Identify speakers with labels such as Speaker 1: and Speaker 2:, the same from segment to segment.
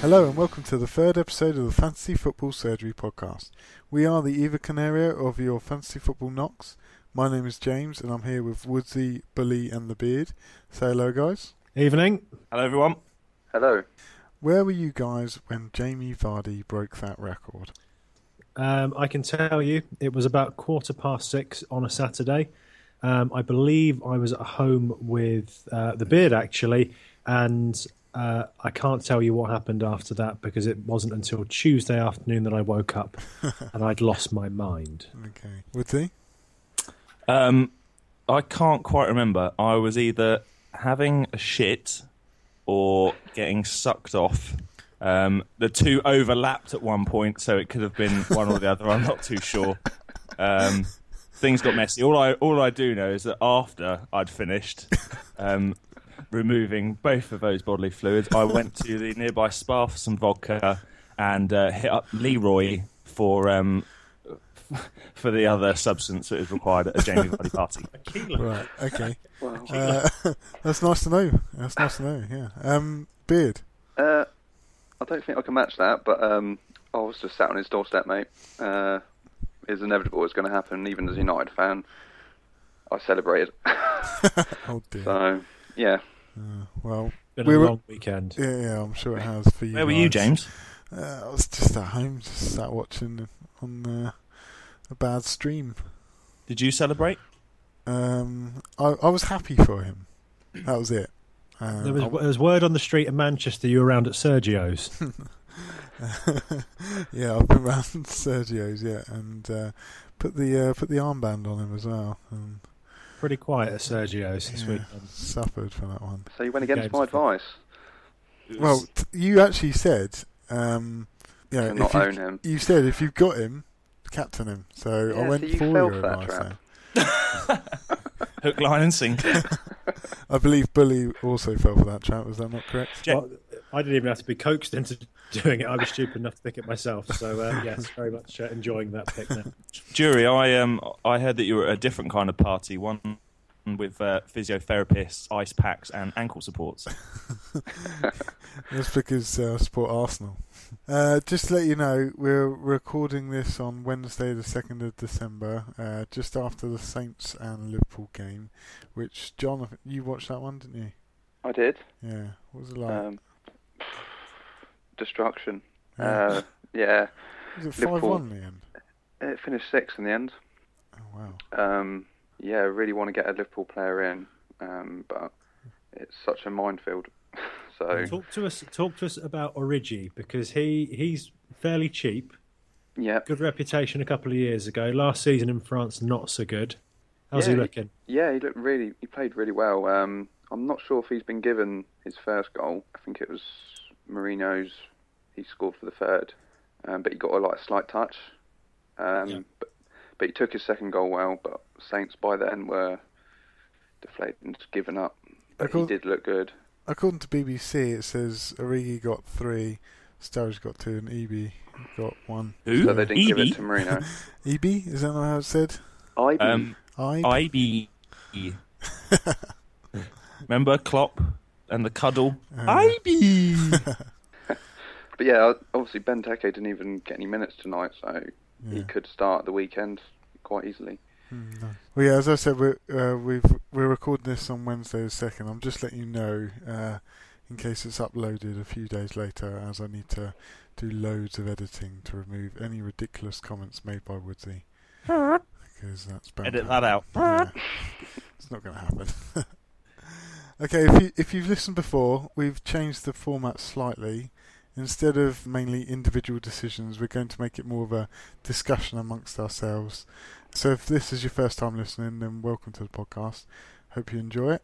Speaker 1: Hello and welcome to the third episode of the Fantasy Football Surgery Podcast. We are the Eva Canario of your Fantasy Football Knocks. My name is James and I'm here with Woodsy, Bully, and the Beard. Say hello, guys.
Speaker 2: Evening.
Speaker 3: Hello, everyone.
Speaker 4: Hello.
Speaker 1: Where were you guys when Jamie Vardy broke that record?
Speaker 2: Um, I can tell you it was about quarter past six on a Saturday. Um, I believe I was at home with uh, the beard actually, and uh, I can't tell you what happened after that because it wasn't until Tuesday afternoon that I woke up and I'd lost my mind.
Speaker 1: Okay, Woodsy.
Speaker 3: Um, I can't quite remember. I was either having a shit or getting sucked off. Um, the two overlapped at one point, so it could have been one or the other. I'm not too sure. Um, things got messy. All I all I do know is that after I'd finished um, removing both of those bodily fluids, I went to the nearby spa for some vodka and uh, hit up Leroy for um, for the other substance that is required at a Jamie Vardy party.
Speaker 1: Right. Okay.
Speaker 4: Wow.
Speaker 1: Uh, that's nice to know. That's nice to know. Yeah. Um, Beard.
Speaker 4: Uh, I don't think I can match that, but um, I was just sat on his doorstep, mate. Uh, it's inevitable. It's going to happen. Even as a United fan, I celebrated.
Speaker 1: Oh dear.
Speaker 4: so yeah,
Speaker 1: Uh, well,
Speaker 2: Been
Speaker 1: We
Speaker 2: a
Speaker 1: were-
Speaker 2: long weekend.
Speaker 1: yeah, yeah, I'm sure it has for you.
Speaker 3: Where were you,
Speaker 1: guys.
Speaker 3: James?
Speaker 1: Uh, I was just at home, just sat watching on uh, a bad stream.
Speaker 3: Did you celebrate?
Speaker 1: Um, I, I was happy for him. That was it. Um,
Speaker 2: There was, there was word on the street in Manchester you were around at Sergio's.
Speaker 1: yeah, I've been round Sergio's, yeah, and uh, put the uh, put the armband on him as well, and
Speaker 2: Pretty quiet at Sergio's this
Speaker 1: Yeah.
Speaker 2: weekend.
Speaker 1: suffered for that one.
Speaker 4: so you went against
Speaker 2: Game's
Speaker 4: my advice
Speaker 1: Well, t- you actually said, um, you know,
Speaker 4: to not
Speaker 1: if you,
Speaker 4: own him.
Speaker 1: you said if you've got him, captain him. So
Speaker 4: Yeah,
Speaker 1: I
Speaker 4: so
Speaker 1: went
Speaker 4: you
Speaker 1: for
Speaker 4: fell
Speaker 1: your
Speaker 4: for that
Speaker 1: advice.
Speaker 4: trap.
Speaker 1: there.
Speaker 3: Hook, line, and sinker.
Speaker 1: I believe Bully also fell for that trap. Was that not correct?
Speaker 3: Jack-
Speaker 2: Well, I didn't even have to be coaxed into doing it. I was stupid enough to pick it myself. So uh, yes, very much uh, enjoying that pick now.
Speaker 3: Jury, I um, I heard that you were at a different kind of party, one with uh, physiotherapists, ice packs, and ankle supports.
Speaker 1: That's because uh, I support Arsenal. Uh, just to let you know, we're recording this on Wednesday, the 2nd of December, uh, just after the Saints and Liverpool game, which, John, you watched that one, didn't
Speaker 4: I did.
Speaker 1: you? Yeah. What was it like?
Speaker 4: Um, destruction.
Speaker 1: Yeah.
Speaker 4: Uh, yeah,
Speaker 1: was it 5
Speaker 4: Liverpool.
Speaker 1: 1 in the end?
Speaker 4: it finished sixth in the end.
Speaker 1: Oh, wow.
Speaker 4: Um, yeah, really want to get a Liverpool player in, um, but it's such a minefield. so
Speaker 2: Talk to us. Talk to us about Origi because he he's fairly cheap.
Speaker 4: yeah,
Speaker 2: Good reputation a couple of years ago. Last season in France, not so good. How's he
Speaker 4: Yeah.
Speaker 2: looking?
Speaker 4: Yeah, he looked really. He played really well. Um, I'm not sure if he's been given his first goal. I think it was Marino's. He scored for the third, um, but he got a like a slight touch. Um,
Speaker 2: Yeah.
Speaker 4: but, but he took his second goal well. But Saints by then were deflated and just given up. But he
Speaker 1: Accor-
Speaker 4: did look good.
Speaker 1: According to BBC, it says Origi got 3, Sturridge got 2, and Ebe got 1.
Speaker 3: Who?
Speaker 4: So they didn't give
Speaker 3: Evie?
Speaker 4: it to Marino.
Speaker 1: Ebe? Is that not how it said?
Speaker 4: I
Speaker 3: Um,
Speaker 1: I.
Speaker 3: IB. Remember Klopp and the cuddle? E.
Speaker 1: Uh,
Speaker 3: IB.
Speaker 4: but yeah, obviously Ben Teke didn't even get any minutes tonight, so
Speaker 1: yeah.
Speaker 4: he could start the weekend quite easily.
Speaker 1: Mm, no. Well, yeah, as I said, we're uh, we've we're recording this on Wednesday the second. I'm just letting you know uh, in case it's uploaded a few days later, as I need to do loads of editing to remove any ridiculous comments made by Woodsy. Because that's bad.
Speaker 3: Edit that out.
Speaker 1: Yeah. It's not going to happen. okay, if you if you've listened before, we've changed the format slightly. Instead of mainly individual decisions, we're going to make it more of a discussion amongst ourselves. So if this is your first time listening, then welcome to the podcast. Hope you enjoy it.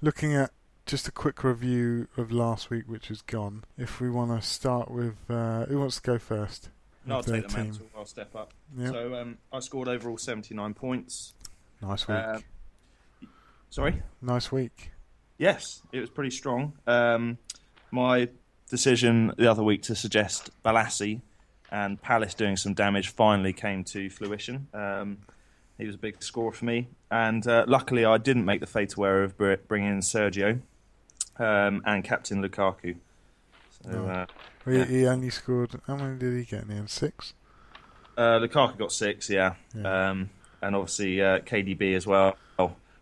Speaker 1: Looking at just a quick review of last week, which is gone. If we want to start with, uh, who wants to go first?
Speaker 3: No, I'll
Speaker 1: With their
Speaker 3: take the mantle.
Speaker 1: team.
Speaker 3: I'll step up.
Speaker 1: Yeah,
Speaker 3: So um, I scored overall 79 points.
Speaker 1: nice week.
Speaker 3: Uh, sorry?
Speaker 1: nice week.
Speaker 3: Yes, it was pretty strong. Um, my decision the other week to suggest Balassi and Palace doing some damage finally came to fruition. Um, he was a big scorer for me, and uh, luckily I didn't make the fate aware of br- bringing in Sergio um, and Captain Lukaku. So, uh,
Speaker 1: He,
Speaker 3: Yeah.
Speaker 1: he only scored. How many did he get in the end? Six.
Speaker 3: Uh, Lukaku got six, yeah. Um, and obviously uh, KDB as well,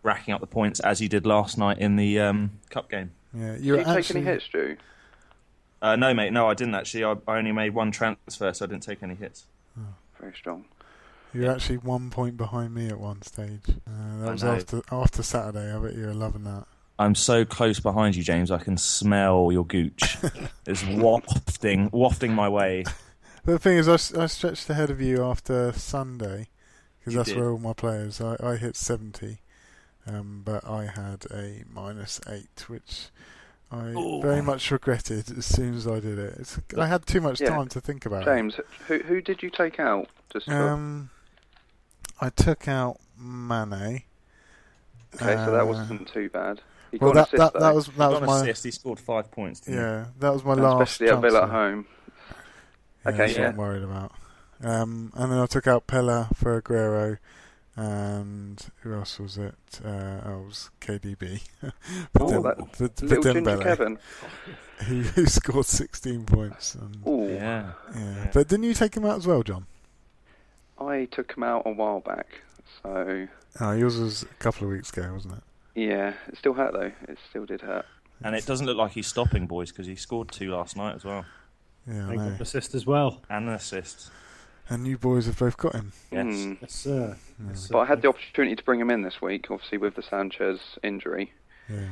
Speaker 3: racking up the points as he did last night in the um, cup game.
Speaker 1: Yeah,
Speaker 4: Did
Speaker 1: you're
Speaker 4: you take
Speaker 1: actually.
Speaker 4: any hits, Stu?
Speaker 3: Uh, no, mate, no, I didn't actually. I, I only made one transfer, so I didn't take any hits.
Speaker 4: Very strong.
Speaker 1: You're actually one point behind me at one stage. Uh, that
Speaker 3: I
Speaker 1: was
Speaker 3: know.
Speaker 1: after after Saturday. I bet you were loving that.
Speaker 3: I'm so close behind you, James. I can smell your gooch. it's wafting, wafting my way.
Speaker 1: But the thing is, I, s- I stretched ahead of you after Sunday because
Speaker 3: You
Speaker 1: that's
Speaker 3: did.
Speaker 1: where all my players. I, I hit seventy, um, but I had a minus eight, which I
Speaker 3: Ooh.
Speaker 1: very much regretted as soon as I did it. It's, I had too much
Speaker 4: Yeah.
Speaker 1: time to think about it.
Speaker 4: James, who who did you take out? Just for-
Speaker 1: Um, I took out Mane.
Speaker 4: okay, so that
Speaker 1: uh,
Speaker 4: wasn't too bad. He
Speaker 1: Well,
Speaker 4: got an
Speaker 1: that,
Speaker 4: assist,
Speaker 1: that,
Speaker 4: though.
Speaker 1: that was that
Speaker 3: He
Speaker 1: was
Speaker 3: got an
Speaker 1: my
Speaker 3: assist, He scored five points. Didn't he?
Speaker 1: yeah that was my
Speaker 4: And
Speaker 1: last
Speaker 4: especially at Villa at
Speaker 1: transfer.
Speaker 4: home.
Speaker 1: Yeah,
Speaker 4: Okay,
Speaker 1: that's what
Speaker 4: yeah.
Speaker 1: I'm worried about. Um, and then I took out Pella for Aguero, and who else was it? Uh, oh, it was KDB. for
Speaker 4: Oh,
Speaker 1: Dem-
Speaker 4: that
Speaker 1: for, for
Speaker 4: Little Ginger
Speaker 1: Dembele,
Speaker 4: Kevin.
Speaker 1: who, who scored 16 points. And,
Speaker 4: Ooh,
Speaker 3: Yeah.
Speaker 1: yeah.
Speaker 3: yeah.
Speaker 1: But didn't you take him out as well, John?
Speaker 4: I took him out a while back. So
Speaker 1: Oh, yours was a couple of weeks ago, wasn't it?
Speaker 4: yeah, it still hurt though. It still did hurt.
Speaker 3: And it doesn't look like he's stopping, boys, because he scored two last night as well,
Speaker 1: Yeah, I
Speaker 2: Thank
Speaker 1: know.
Speaker 2: God for assist as well.
Speaker 3: and an assist.
Speaker 1: And you boys have both got him.
Speaker 3: Yes.
Speaker 4: Mm.
Speaker 2: Yes, sir. Yes,
Speaker 4: But I had
Speaker 2: sir.
Speaker 4: the opportunity to bring him in this week, obviously with the Sanchez injury.
Speaker 1: Yeah.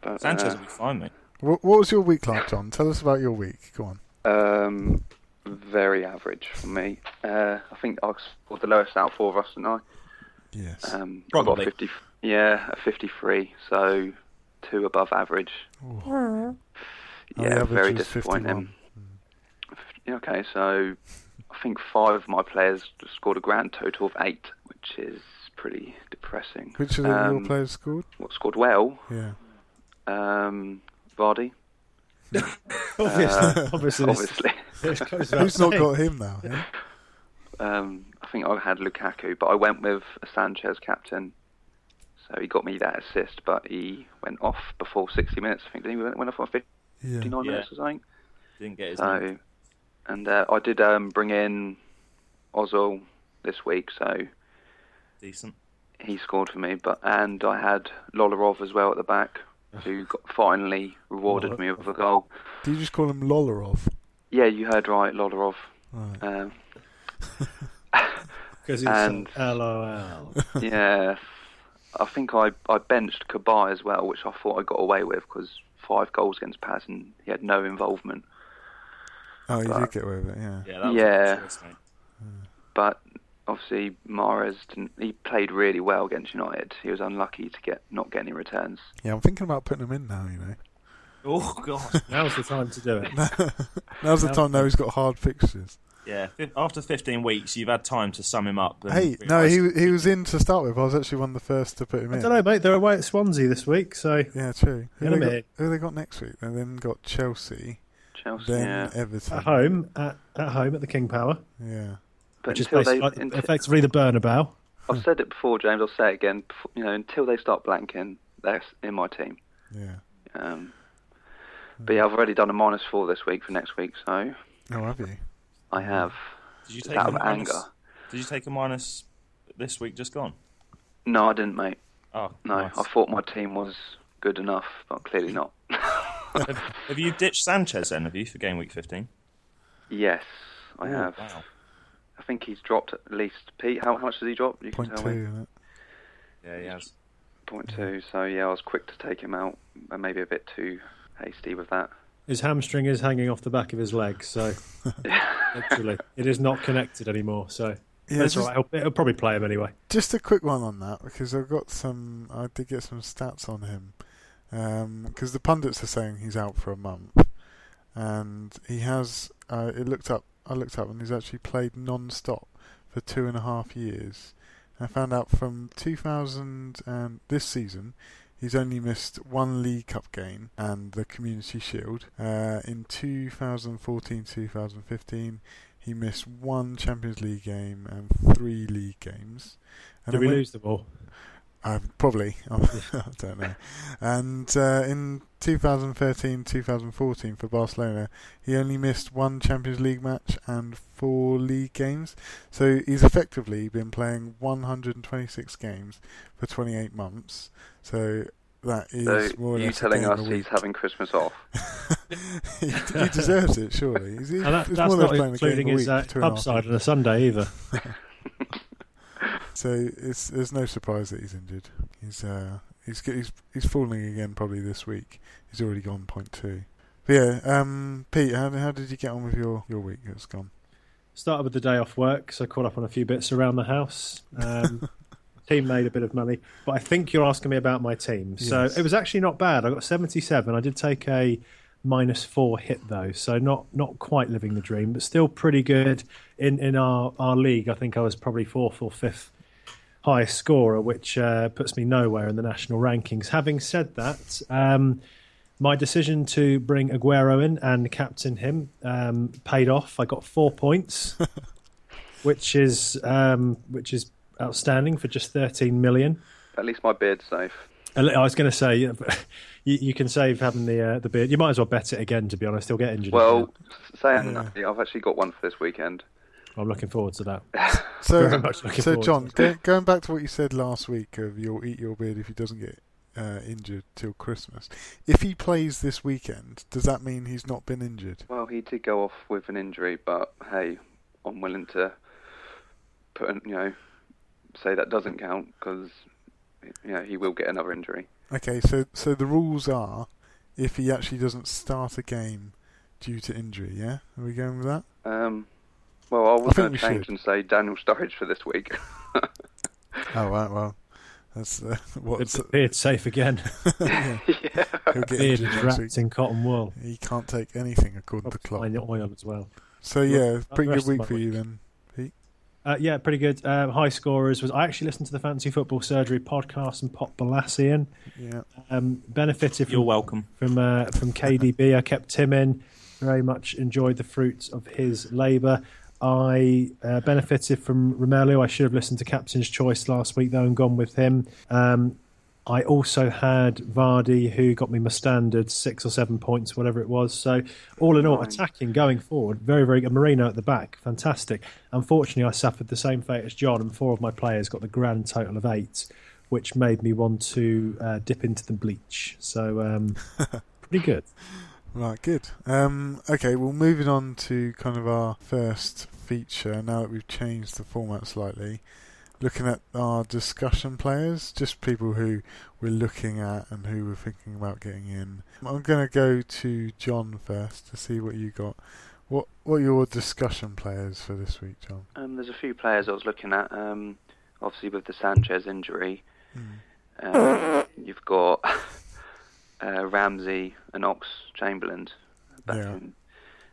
Speaker 4: But,
Speaker 3: Sanchez
Speaker 4: uh,
Speaker 3: will be fine, mate.
Speaker 1: What, what was your week like, John? Tell us about your week. Go on.
Speaker 4: Um, very average for me. Uh, I think I scored the lowest out of four of us, didn't I?
Speaker 1: Yes.
Speaker 4: Um, I
Speaker 3: Probably.
Speaker 4: Got 50, yeah, a 53, so two above average.
Speaker 1: Ooh. Oh, the
Speaker 4: Yeah,
Speaker 1: average
Speaker 4: very
Speaker 1: was
Speaker 4: disappointing.
Speaker 1: 51.
Speaker 4: Yeah, Okay, so I think five of my players scored a grand total of eight, which is pretty depressing.
Speaker 1: Which of the, your
Speaker 4: Um,
Speaker 1: players scored?
Speaker 4: What scored well?
Speaker 1: Yeah.
Speaker 4: Um, Vardy,
Speaker 2: obviously, obviously, this-
Speaker 4: Uh, obviously.
Speaker 2: this goes without
Speaker 1: Who's not
Speaker 2: saying.
Speaker 1: got him now? Yeah.
Speaker 4: Um, I think I had Lukaku, but I went with a Sanchez captain. So he got me that assist, but he went off before 60 minutes. I think didn't he went went off on 59
Speaker 1: Yeah.
Speaker 3: Yeah.
Speaker 4: minutes or something.
Speaker 3: Didn't get his. number.
Speaker 4: So, and uh, I did um, bring in Ozil this week, so
Speaker 3: Decent.
Speaker 4: he scored for me. But and I had Lolarov as well at the back, who got, finally rewarded me with a goal.
Speaker 1: Do you just call him Lolarov?
Speaker 4: Yeah, you heard right, Lolarov.
Speaker 1: Right.
Speaker 4: Um,
Speaker 2: Because
Speaker 4: And-
Speaker 2: it's uh, LOL.
Speaker 4: yeah, I think I, I benched Kabay as well, which I thought I got away with because five goals against Paz and he had no involvement.
Speaker 1: Oh, you did
Speaker 4: But-
Speaker 1: get away with it, yeah.
Speaker 3: Yeah. That was
Speaker 4: Yeah.
Speaker 3: a good choice, mate.
Speaker 4: But obviously, Mares didn't. He played really well against United. He was unlucky to get not get any returns.
Speaker 1: Yeah, I'm thinking about putting him in now, you know.
Speaker 3: Oh god.
Speaker 2: Now's the time to do it.
Speaker 1: Now's the
Speaker 2: No.
Speaker 1: time, though, he's got hard fixtures.
Speaker 3: Yeah. fif- After 15 weeks, you've had time to sum him up. and
Speaker 1: Hey, no, he
Speaker 3: realise-
Speaker 1: he was in to start with. I was actually one of the first to put him
Speaker 2: I
Speaker 1: in.
Speaker 2: don't know, mate. They're away at Swansea this week, so
Speaker 1: Yeah, true. Who
Speaker 2: Get
Speaker 1: they,
Speaker 2: him
Speaker 1: got,
Speaker 2: in.
Speaker 1: who they got next week? They then got Chelsea,
Speaker 4: Chelsea,
Speaker 1: then
Speaker 4: yeah.
Speaker 1: Everton.
Speaker 2: at home at, at home at the King Power,
Speaker 1: Yeah.
Speaker 4: But
Speaker 2: which is
Speaker 4: until they,
Speaker 2: basically like,
Speaker 4: until-
Speaker 2: effectively the Bernabeu.
Speaker 4: I've said it before, James. I'll say it again. befo- You know, until they start blanking, they're s- in my team.
Speaker 1: Yeah.
Speaker 4: Um, but yeah, I've already done a minus four this week for next week, so
Speaker 1: Oh, have you?
Speaker 4: I have.
Speaker 3: Did you
Speaker 4: It's
Speaker 3: Mm-hmm. take
Speaker 4: out
Speaker 3: a
Speaker 4: of
Speaker 3: minus?
Speaker 4: anger.
Speaker 3: Did you take a minus this week? Just gone.
Speaker 4: No, I didn't, mate.
Speaker 3: Oh
Speaker 4: No,
Speaker 3: nice. Mm-hmm.
Speaker 4: I thought my team was good enough, but clearly not.
Speaker 3: have, have you ditched Sanchez then? Have you for game week 15?
Speaker 4: yes, I
Speaker 3: Ooh,
Speaker 4: have.
Speaker 3: Wow.
Speaker 4: I think he's dropped at least. Pete, how, how much does he drop? You
Speaker 1: Point
Speaker 4: can
Speaker 1: two,
Speaker 4: tell me.
Speaker 1: isn't it?
Speaker 3: Yeah, he has.
Speaker 4: Point two. So yeah, I was quick to take him out, and maybe a bit too hasty with that.
Speaker 2: His hamstring is hanging off the back of his leg, so literally it is not connected anymore. So
Speaker 1: Yeah,
Speaker 2: that's
Speaker 1: just,
Speaker 2: all right. It'll, it'll probably play him anyway.
Speaker 1: just a quick one on that, because I've got some. I did get some stats on him. Because Um, the pundits are saying he's out for a month. and he has. Uh, it looked up. I looked up, and he's actually played non-stop for two and a half years. I found out from 2000 and this season, he's only missed one League Cup game and the Community Shield. Uh, in 2014-2015, He missed one Champions League game and three league games. And then
Speaker 2: Did we
Speaker 1: when-
Speaker 2: lose the ball?
Speaker 1: uh, probably. I don't know. And uh, in 2013 2014 for Barcelona, he only missed one Champions League match and four league games. So he's effectively been playing 126 games for 28 months. So that
Speaker 4: So
Speaker 1: is more or
Speaker 4: you
Speaker 1: less a
Speaker 4: telling
Speaker 1: game
Speaker 4: us
Speaker 1: a
Speaker 4: he's
Speaker 1: week.
Speaker 4: having Christmas off?
Speaker 1: he, he deserves it, surely. He's,
Speaker 2: And that,
Speaker 1: it's
Speaker 2: that's
Speaker 1: more than playing
Speaker 2: not
Speaker 1: a game
Speaker 2: including
Speaker 1: a
Speaker 2: his
Speaker 1: week,
Speaker 2: uh,
Speaker 1: two and a half
Speaker 2: pub side
Speaker 1: months.
Speaker 2: on a Sunday either.
Speaker 1: So it's there's no surprise that he's injured. He's uh he's g- he's he's falling again probably this week. He's already gone point two. But yeah, um, Pete, how how did you get on with your your week that's gone?
Speaker 2: Started with the day off work, so caught up on a few bits around the house. Um, team made a bit of money, but I think you're asking me about my team. So
Speaker 1: Yes.
Speaker 2: it was actually not bad. I got 77. I did take a minus four hit though, so not not quite living the dream, but still pretty good in in our our league. I think I was probably fourth or fifth highest scorer, which uh, puts me nowhere in the national rankings. Having said that. Um, my decision to bring Aguero in and captain him um, paid off. I got four points, which is um, which is outstanding for just thirteen million.
Speaker 4: At least my beard's safe.
Speaker 2: A li- I was going to say yeah, but you, you can save having the uh, the beard. You might as well bet it again. To be honest, he'll get injured.
Speaker 4: Well, s- saying
Speaker 1: Yeah.
Speaker 4: that, I've actually got one for this weekend.
Speaker 2: I'm looking forward to that. Very
Speaker 1: So
Speaker 2: much looking
Speaker 1: so
Speaker 2: forward to
Speaker 1: John,
Speaker 2: it.
Speaker 1: go, going back to what you said last week of you'll eat your beard if he doesn't get uh, injured till Christmas. If he plays this weekend, does that mean he's not been injured?
Speaker 4: Well, he did go off with an injury, but hey, I'm willing to put, an- you know, say that doesn't count because, you know, he will get another injury.
Speaker 1: Okay, so so the rules are if he actually doesn't start a game due to injury. Yeah, are we going with that?
Speaker 4: Um, well, I was
Speaker 1: think
Speaker 4: going
Speaker 1: we
Speaker 4: to change
Speaker 1: should.
Speaker 4: and say Daniel Sturridge for this week.
Speaker 1: Oh right, well, that's uh, what's
Speaker 2: The beard safe again.
Speaker 1: yeah.
Speaker 4: yeah.
Speaker 1: He'll get
Speaker 2: beard
Speaker 1: injured
Speaker 2: is
Speaker 1: next week.
Speaker 2: wrapped in cotton wool.
Speaker 1: He can't take anything according to
Speaker 2: Probably
Speaker 1: clock.
Speaker 2: find oil as well.
Speaker 1: So yeah,
Speaker 2: Not the
Speaker 1: pretty
Speaker 2: rest
Speaker 1: good
Speaker 2: of
Speaker 1: week
Speaker 2: my
Speaker 1: for you then.
Speaker 2: Uh, yeah, pretty good. Um, high scorers was I actually listened to the Fancy Football Surgery podcast and Pop Balassian.
Speaker 1: Yeah,
Speaker 2: Um, benefited
Speaker 3: You're
Speaker 2: from
Speaker 3: welcome.
Speaker 2: from uh, from KDB. I kept him in. Very much enjoyed the fruits of his labour. I uh, benefited from Romelu. I should have listened to Captain's Choice last week though and gone with him. Um, I also had Vardy, who got me my standard six or seven points, whatever it was. So all in all,
Speaker 4: Right.
Speaker 2: attacking going forward, very very good. Marino at the back, fantastic. Unfortunately, I suffered the same fate as John, and four of my players got the grand total of eight, which made me want to uh, dip into the bleach. So um, pretty good.
Speaker 1: right, good. Um, okay, well, moving on to kind of our first feature. Now that we've changed the format slightly, looking at our discussion players, just people who we're looking at and who we're thinking about getting in. I'm going to go to John first to see what you got. What what are your discussion players for this week, John?
Speaker 4: Um, there's a few players I was looking at. Um, obviously, with the Sanchez injury, Hmm. um, you've got uh, Ramsey and Ox Chamberlain. Back
Speaker 1: Yeah.
Speaker 4: in.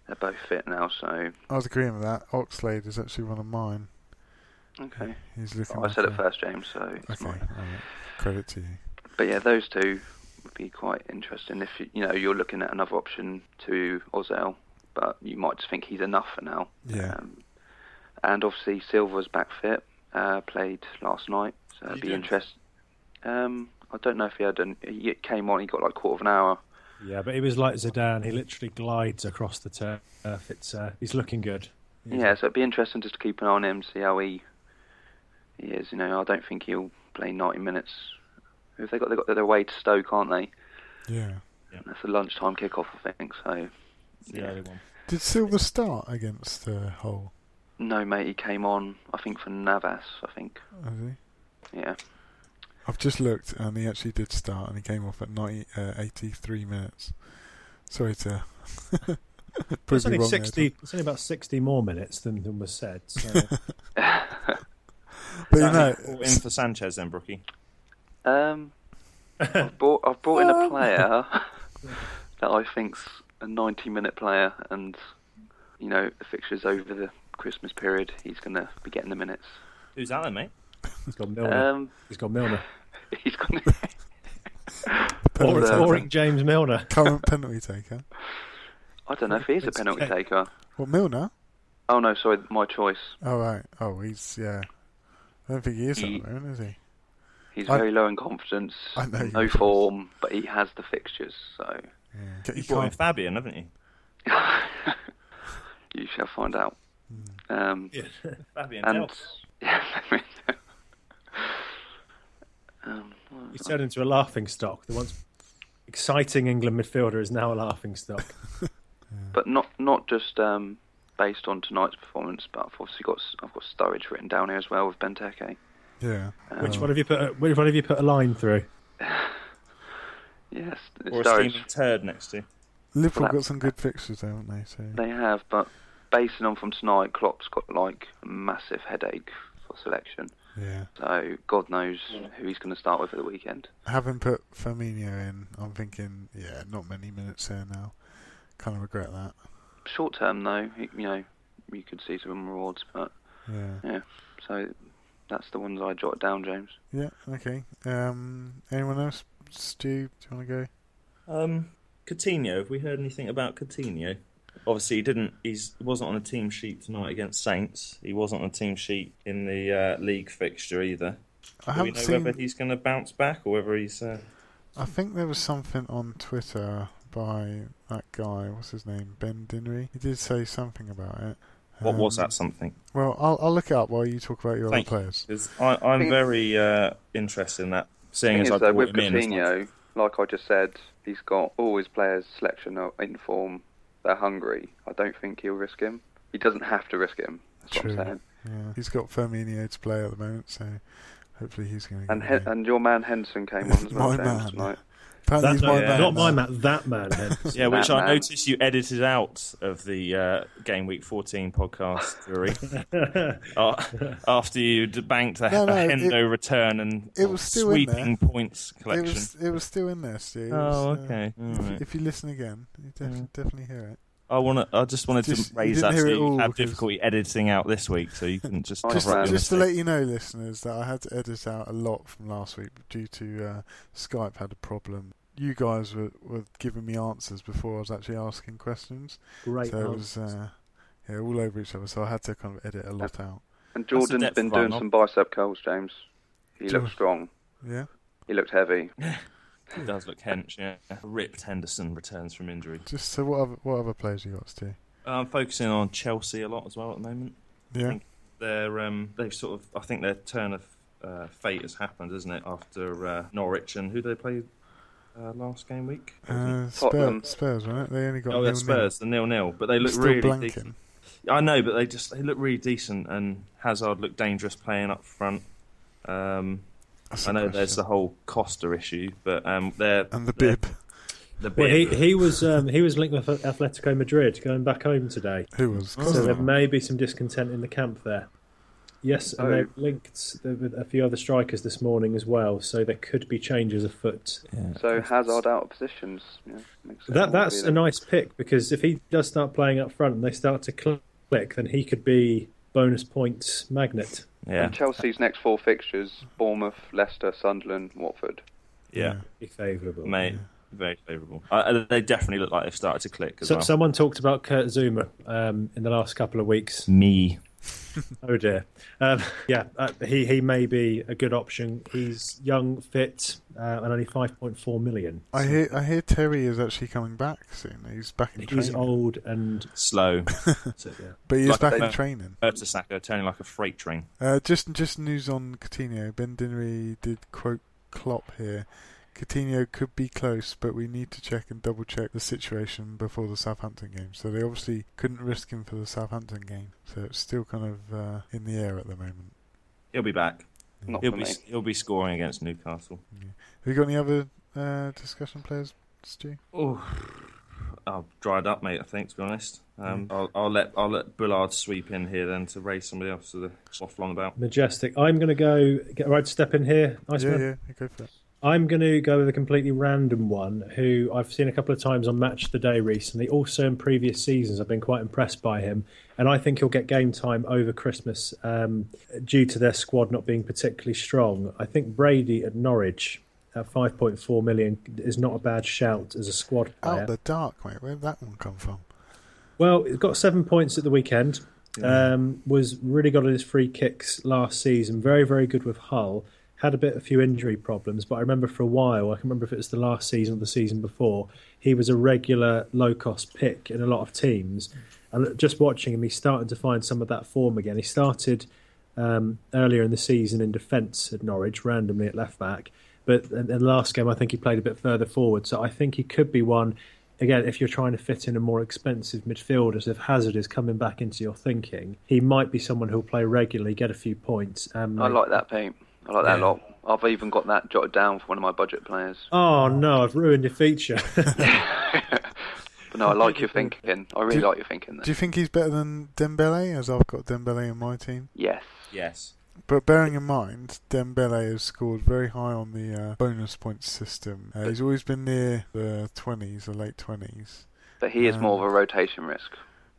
Speaker 4: They're both fit now, so
Speaker 1: I was agreeing with that. Oxlade is actually one of mine.
Speaker 4: okay.
Speaker 1: He's looking.
Speaker 4: Oh, I said
Speaker 1: like
Speaker 4: it
Speaker 1: a-
Speaker 4: first, James. So it's
Speaker 1: Okay,
Speaker 4: mine.
Speaker 1: alright. credit to you.
Speaker 4: But yeah, those two would be quite interesting if you, you know you're looking at another option to Ozil, but you might just think he's enough for now.
Speaker 1: Yeah.
Speaker 4: Um, and obviously Silva's back fit, uh, played last night, so it'd
Speaker 3: You
Speaker 4: be
Speaker 3: did?
Speaker 4: interesting. Um, I don't know if he had an. He came on, he got like a quarter of an hour.
Speaker 2: Yeah, but it was like Zidane. He literally glides across the turf. It's uh, he's looking good.
Speaker 4: Yeah. so it'd be interesting just to keep an eye on him, see how he he is. You know, I don't think he'll play 90 minutes. If they got they got their way to Stoke, aren't they?
Speaker 1: Yeah.
Speaker 4: That's a lunchtime kickoff, I think. So
Speaker 3: It's the early one.
Speaker 1: Did Silver start against uh, Hull?
Speaker 4: No, mate, he came on, I think, for Navas, I think.
Speaker 1: Has he?
Speaker 4: Yeah.
Speaker 1: I've just looked, and he actually did start, and he came off at 90, uh, 83 minutes. Sorry to prove
Speaker 2: It's
Speaker 1: you
Speaker 2: only
Speaker 1: wrong. there,
Speaker 2: sixty. It's only about sixty more minutes than, than was said. So.
Speaker 1: John. but you know,
Speaker 3: All in for Sanchez then, Brookie.
Speaker 4: Um, I've, brought, I've brought in a player that I think's a 90 minute player, and, you know, the fixture's over the Christmas period. He's going to be getting the minutes.
Speaker 3: Who's Alan, mate?
Speaker 2: He's got
Speaker 1: Oh,
Speaker 2: Milner.
Speaker 4: Um,
Speaker 2: he's got Milner.
Speaker 4: he's going to.
Speaker 1: penalty
Speaker 4: Or-
Speaker 1: taker.
Speaker 4: or-
Speaker 2: Boring James Milner.
Speaker 1: current penalty taker.
Speaker 4: I don't know if he is a
Speaker 2: It's
Speaker 4: penalty
Speaker 2: okay.
Speaker 4: taker.
Speaker 1: What Milner?
Speaker 4: Oh no, sorry, my choice.
Speaker 1: Oh, right. Oh, he's, yeah. I don't think he is
Speaker 4: He-
Speaker 1: at the moment, is he?
Speaker 4: He's
Speaker 1: I-
Speaker 4: very low in confidence,
Speaker 1: I know he
Speaker 4: no
Speaker 1: is.
Speaker 4: form, but he has the fixtures, so
Speaker 1: He
Speaker 3: You brought in Fabian, haven't you?
Speaker 4: you shall find out.
Speaker 1: Hmm.
Speaker 4: Um,
Speaker 3: Fabian
Speaker 4: and
Speaker 3: Delph.
Speaker 4: yeah, um, well,
Speaker 2: He turned into a laughing stock. The once exciting England midfielder is now a laughing stock.
Speaker 4: but not not just um, based on tonight's performance, but I've obviously got S- I've got Sturridge written down here as well with Benteke.
Speaker 1: Yeah.
Speaker 2: Uh, Which one have you put? A, which one have you put a line through?
Speaker 4: Yes,
Speaker 3: Or a
Speaker 4: Sturridge.
Speaker 3: steaming turd next to.
Speaker 1: Liverpool
Speaker 4: Well,
Speaker 1: got some good fixtures, there, haven't they? So
Speaker 4: They have, but basing on from tonight, Klopp's got like a massive headache for selection.
Speaker 1: yeah,
Speaker 4: So God knows who he's going to start with at the weekend.
Speaker 1: having put Firmino in, I'm thinking, yeah, not many minutes there now. Kind of regret that.
Speaker 4: Short term though, he- you know, you could see some rewards, but
Speaker 1: Yeah.
Speaker 4: yeah. So that's the ones I jotted down, James.
Speaker 1: Yeah. Okay. Um. Anyone else? Stu, do you want to go?
Speaker 3: Um, Coutinho. Have we heard anything about Coutinho? Obviously, he didn't. He's he wasn't on a team sheet tonight against Saints. He wasn't on a team sheet in the uh, league fixture either.
Speaker 1: I
Speaker 3: Do we
Speaker 1: haven't
Speaker 3: know
Speaker 1: seen.
Speaker 3: whether he's going to bounce back or whether he's. Uh,
Speaker 1: I think there was something on Twitter by that guy. What's his name? Ben Dinnery. He did say something about it.
Speaker 3: what was
Speaker 1: Um,
Speaker 3: that something?
Speaker 1: Well, I'll I'll look it up while you talk about your other
Speaker 3: Thank you.
Speaker 1: players.
Speaker 3: Because I'm
Speaker 4: Thing-
Speaker 3: very uh, interested in that. Seeing
Speaker 4: Thing
Speaker 3: as
Speaker 4: is,
Speaker 3: I
Speaker 4: though,
Speaker 3: brought
Speaker 4: with
Speaker 3: him in, it's like-
Speaker 4: Coutinho, like I just said, he's got all his players' selection are in form. They're hungry. I don't think he'll risk him. He doesn't have to risk him. That's what
Speaker 1: True.
Speaker 4: I'm saying.
Speaker 1: Yeah. He's got Firmino to play at the moment, so hopefully he's going to.
Speaker 4: And he- and your man Henson came on as well
Speaker 1: My
Speaker 4: James,
Speaker 1: man.
Speaker 4: tonight.
Speaker 1: Apparently
Speaker 2: That
Speaker 1: he's
Speaker 2: man,
Speaker 1: my
Speaker 3: yeah.
Speaker 1: man.
Speaker 2: not my
Speaker 1: now.
Speaker 2: man. That man. Henderson.
Speaker 3: Yeah, which
Speaker 4: That
Speaker 3: I
Speaker 4: man.
Speaker 3: noticed you edited out of the uh, Game Week 14 podcast, Rory, uh, after you debanked the
Speaker 1: No, no, it-
Speaker 3: Hendo return and
Speaker 1: it was still in there.
Speaker 3: sweeping points collection.
Speaker 1: It was it was still in there, Stu. It
Speaker 3: Oh,
Speaker 1: was, uh,
Speaker 3: okay.
Speaker 1: if,
Speaker 3: Alright.
Speaker 1: if you listen again, you def-
Speaker 3: Yeah.
Speaker 1: definitely hear it.
Speaker 3: I want to. I just wanted
Speaker 1: Just- you
Speaker 3: to raise
Speaker 1: didn't
Speaker 3: that.
Speaker 1: hear
Speaker 3: So
Speaker 1: it
Speaker 3: you
Speaker 1: all
Speaker 3: have
Speaker 1: because-
Speaker 3: difficulty editing out this week, so you can just
Speaker 4: Just-
Speaker 3: cover
Speaker 1: Just,
Speaker 3: up
Speaker 4: Oh, right,
Speaker 3: your
Speaker 1: just to
Speaker 3: mistake.
Speaker 1: let you know, listeners, that I had to edit out a lot from last week due to uh, Skype had a problem. You guys were, were giving me answers before I was actually asking questions,
Speaker 2: Great.
Speaker 1: so it
Speaker 2: man.
Speaker 1: was uh, yeah all over each other. So I had to kind of edit a lot out.
Speaker 4: And
Speaker 3: That's the
Speaker 4: Jordan's
Speaker 3: depth
Speaker 4: been
Speaker 3: of our
Speaker 4: doing
Speaker 3: knob.
Speaker 4: some bicep curls, James. He
Speaker 1: Jordan.
Speaker 4: looked strong.
Speaker 1: Yeah,
Speaker 4: He looked heavy.
Speaker 3: It does look hench. Yeah, ripped Henderson returns from injury.
Speaker 1: just so what other, what other players you got, Stu?
Speaker 3: I'm focusing on Chelsea a lot as well at the moment.
Speaker 1: Yeah,
Speaker 3: Thank They're um, they've sort of. I think their turn of uh, fate has happened, isn't it? After uh, Norwich and who they played uh, last game week.
Speaker 1: uh,
Speaker 4: Tottenham.
Speaker 1: Spurs, Spurs, right? They only got
Speaker 3: Oh,
Speaker 1: nil-nil.
Speaker 3: that's Spurs, the nil nil, but they look
Speaker 1: Still
Speaker 3: really. decent.
Speaker 1: blanking.
Speaker 3: I know, but they just they look really decent, and Hazard looked dangerous playing up front. Um,
Speaker 1: That's
Speaker 3: I
Speaker 1: the
Speaker 3: know there's
Speaker 1: question.
Speaker 3: the whole Costa issue, but um, they're
Speaker 1: and the
Speaker 3: they're-
Speaker 1: bib.
Speaker 3: The
Speaker 2: Well, he,
Speaker 3: bib.
Speaker 2: he was um, he was linked with Atletico Madrid going back home today.
Speaker 1: Who was?
Speaker 3: Oh.
Speaker 2: So
Speaker 1: Costa?
Speaker 2: there may be some discontent in the camp there. Yes, and
Speaker 4: Oh.
Speaker 2: they've linked with a few other strikers this morning as well, so there could be changes afoot.
Speaker 4: So Hazard out of positions. Yeah, makes it
Speaker 2: That
Speaker 4: more
Speaker 2: that's a
Speaker 4: appealing.
Speaker 2: nice pick because if he does start playing up front and they start to click, then he could be bonus points magnet.
Speaker 3: yeah,
Speaker 4: And Chelsea's next four fixtures: Bournemouth, Leicester, Sunderland, Watford.
Speaker 3: yeah,
Speaker 2: Be favourable.
Speaker 3: mate, very favourable. Uh, they definitely look like they've started to click as
Speaker 2: So,
Speaker 3: well.
Speaker 2: Someone talked about Kurt Zuma um, in the last couple of weeks.
Speaker 3: Me,
Speaker 2: Oh dear. Um, yeah, uh, he he may be a good option. He's young, fit, uh, and only five point four million.
Speaker 1: I hear I hear Terry is actually coming back soon. He's back in
Speaker 2: He's
Speaker 1: training,
Speaker 2: old and
Speaker 3: slow,
Speaker 2: so, yeah.
Speaker 1: but he's
Speaker 3: like
Speaker 1: back
Speaker 3: they-
Speaker 1: in training.
Speaker 3: Ertasaka turning like a freight train.
Speaker 1: Uh, just just news on Coutinho. Ben Dinnery did quote Klopp here. Coutinho could be close, but we need to check and double check the situation before the Southampton game. So they obviously couldn't risk him for the Southampton game. So it's still kind of uh, in the air at the moment.
Speaker 3: He'll be back.
Speaker 4: Not
Speaker 3: He'll
Speaker 4: for
Speaker 3: be
Speaker 4: me.
Speaker 3: he'll be scoring against Newcastle.
Speaker 1: Have you got any other uh, discussion players, Stu?
Speaker 3: Oh, I've dried up, mate. I think to be honest. Um, I'll, I'll let I'll let Bullard sweep in here then to raise somebody else to the off long about.
Speaker 2: majestic. I'm going to go get right step in here. Nice
Speaker 1: yeah,
Speaker 2: man.
Speaker 1: yeah, go for it.
Speaker 2: I'm going to go with a completely random one who I've seen a couple of times on Match of the Day recently. Also in previous seasons, I've been quite impressed by him, and I think he'll get game time over Christmas um, due to their squad not being particularly strong. I think Brady at Norwich at 5.4 million is not a bad shout as a squad
Speaker 1: Out
Speaker 2: player.
Speaker 1: the dark, mate. Where did that one come from?
Speaker 2: Well, he's got seven points at the weekend. um, was really good on his free kicks last season. Very, very good with Hull. Had a bit, a few injury problems, but I remember for a while. I can remember if it was the last season or the season before. He was a regular low cost pick in a lot of teams, and just watching him, he's starting to find some of that form again. He started um, earlier in the season in defence at Norwich randomly at left back, but in the last game I think he played a bit further forward. So I think he could be one again, if you're trying to fit in a more expensive midfielder, so if Hazard is coming back into your thinking, he might be someone who'll play regularly, get a few points. And
Speaker 4: I like that, Pete. I like that a lot. I've even got that jotted down for one of my budget players.
Speaker 2: Oh no, I've ruined your feature.
Speaker 4: But no, I like your thinking. I really
Speaker 1: Do-
Speaker 4: like your thinking
Speaker 1: Do
Speaker 4: there.
Speaker 1: you think he's better than Dembele, as I've got Dembele in my team?
Speaker 4: Yes.
Speaker 3: Yes.
Speaker 1: But bearing in mind, Dembele has scored very high on the uh, bonus points system. Uh, he's always been near the 20s, the late 20s.
Speaker 4: But he is
Speaker 1: Uh,
Speaker 4: more of a rotation risk.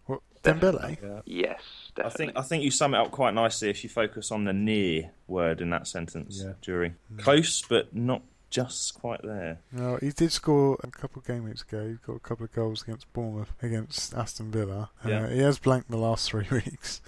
Speaker 1: What,
Speaker 4: Definitely.
Speaker 1: Dembele?
Speaker 4: Yes,
Speaker 3: I
Speaker 4: definitely.
Speaker 3: think I think you sum it up quite nicely if you focus on the near word in that sentence,
Speaker 2: Yeah.
Speaker 3: Jury. Close, but not just quite there.
Speaker 1: No, Mm. he did score a couple of game weeks ago. He got a couple of goals against Bournemouth, against Aston Villa. Uh,
Speaker 3: Yeah.
Speaker 1: He has blanked the last three weeks,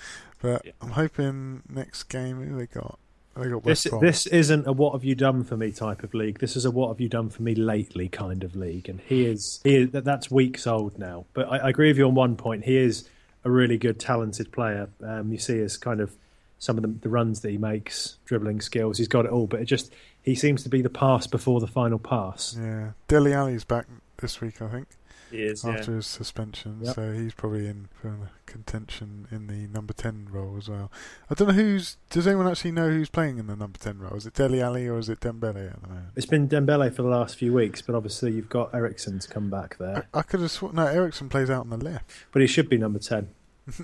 Speaker 1: but
Speaker 3: Yeah.
Speaker 1: I'm hoping next game who they got they got West
Speaker 2: this
Speaker 1: Brom.
Speaker 2: this isn't a "what have you done for me" type of league. This is a "what have you done for me lately" kind of league, and he is he is, that- that's weeks old now. But I, I agree with you on one point. He is a really good, talented player. Um, you see his kind of some of the, the runs that he makes, dribbling skills. He's got it all, but it just he seems to be the pass before the final pass.
Speaker 1: Yeah, Deli Ali's back this week, I think,
Speaker 3: He is,
Speaker 1: after his suspension.
Speaker 2: Yep.
Speaker 1: So he's probably in for contention in the number ten role as well. I don't know who's. Does anyone actually know who's playing in the number ten role? Is it Deli Ali or is it Dembele at the moment?
Speaker 2: It's been Dembele for the last few weeks, but obviously you've got Ericsson to come back
Speaker 1: I,
Speaker 2: there.
Speaker 1: I could have sworn. No, Ericsson plays out on the left.
Speaker 2: But he should be number ten.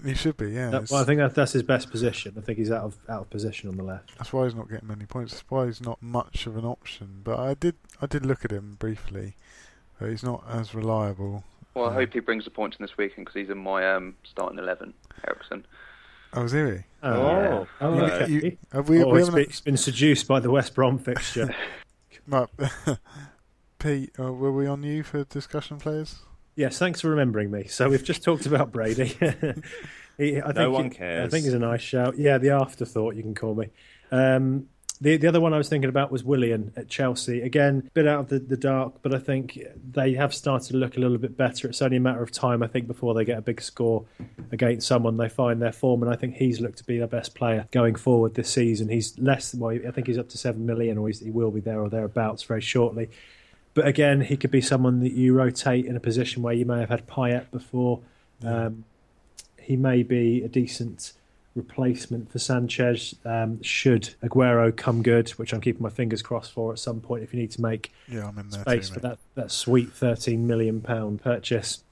Speaker 1: he should be. Yeah.
Speaker 2: That-
Speaker 1: it's-
Speaker 2: well, I think that, that's his best position. I think he's out of out of position on the left.
Speaker 1: That's why he's not getting many points. That's why he's not much of an option. But I did I did look at him briefly. But he's not as reliable.
Speaker 4: Well, I hope he brings the points in this weekend because he's in my um, starting eleven. Ericsson.
Speaker 1: Oh, is he?
Speaker 2: Oh,
Speaker 1: You-
Speaker 2: okay.
Speaker 1: you- have we,
Speaker 2: oh,
Speaker 1: we
Speaker 2: it's
Speaker 1: haven't-
Speaker 2: been, it's been seduced by the West Brom fixture.
Speaker 1: right. Pete, uh, were we on you for discussion players?
Speaker 2: yes, thanks for remembering me. So we've just talked about Brady. He- I
Speaker 3: No
Speaker 2: think
Speaker 3: one
Speaker 2: he- I
Speaker 3: cares.
Speaker 2: think he's a nice shout. Yeah, the afterthought you can call me. Um, the the other one I was thinking about was Willian at Chelsea. Again, bit out of the, the dark, but I think they have started to look a little bit better. It's only a matter of time, I think, before they get a big score against someone. They find their form, and I think he's looked to be their best player going forward this season. He's less, well, I think he's up to seven million, or he's, he will be there or thereabouts very shortly. But again, he could be someone that you rotate in a position where you may have had Payet before. Um, he may be a decent replacement for Sanchez um, should Aguero come good, which I'm keeping my fingers crossed for at some point if you need to make
Speaker 1: Yeah, I'm in there
Speaker 2: space for that, that sweet 13 million pound purchase.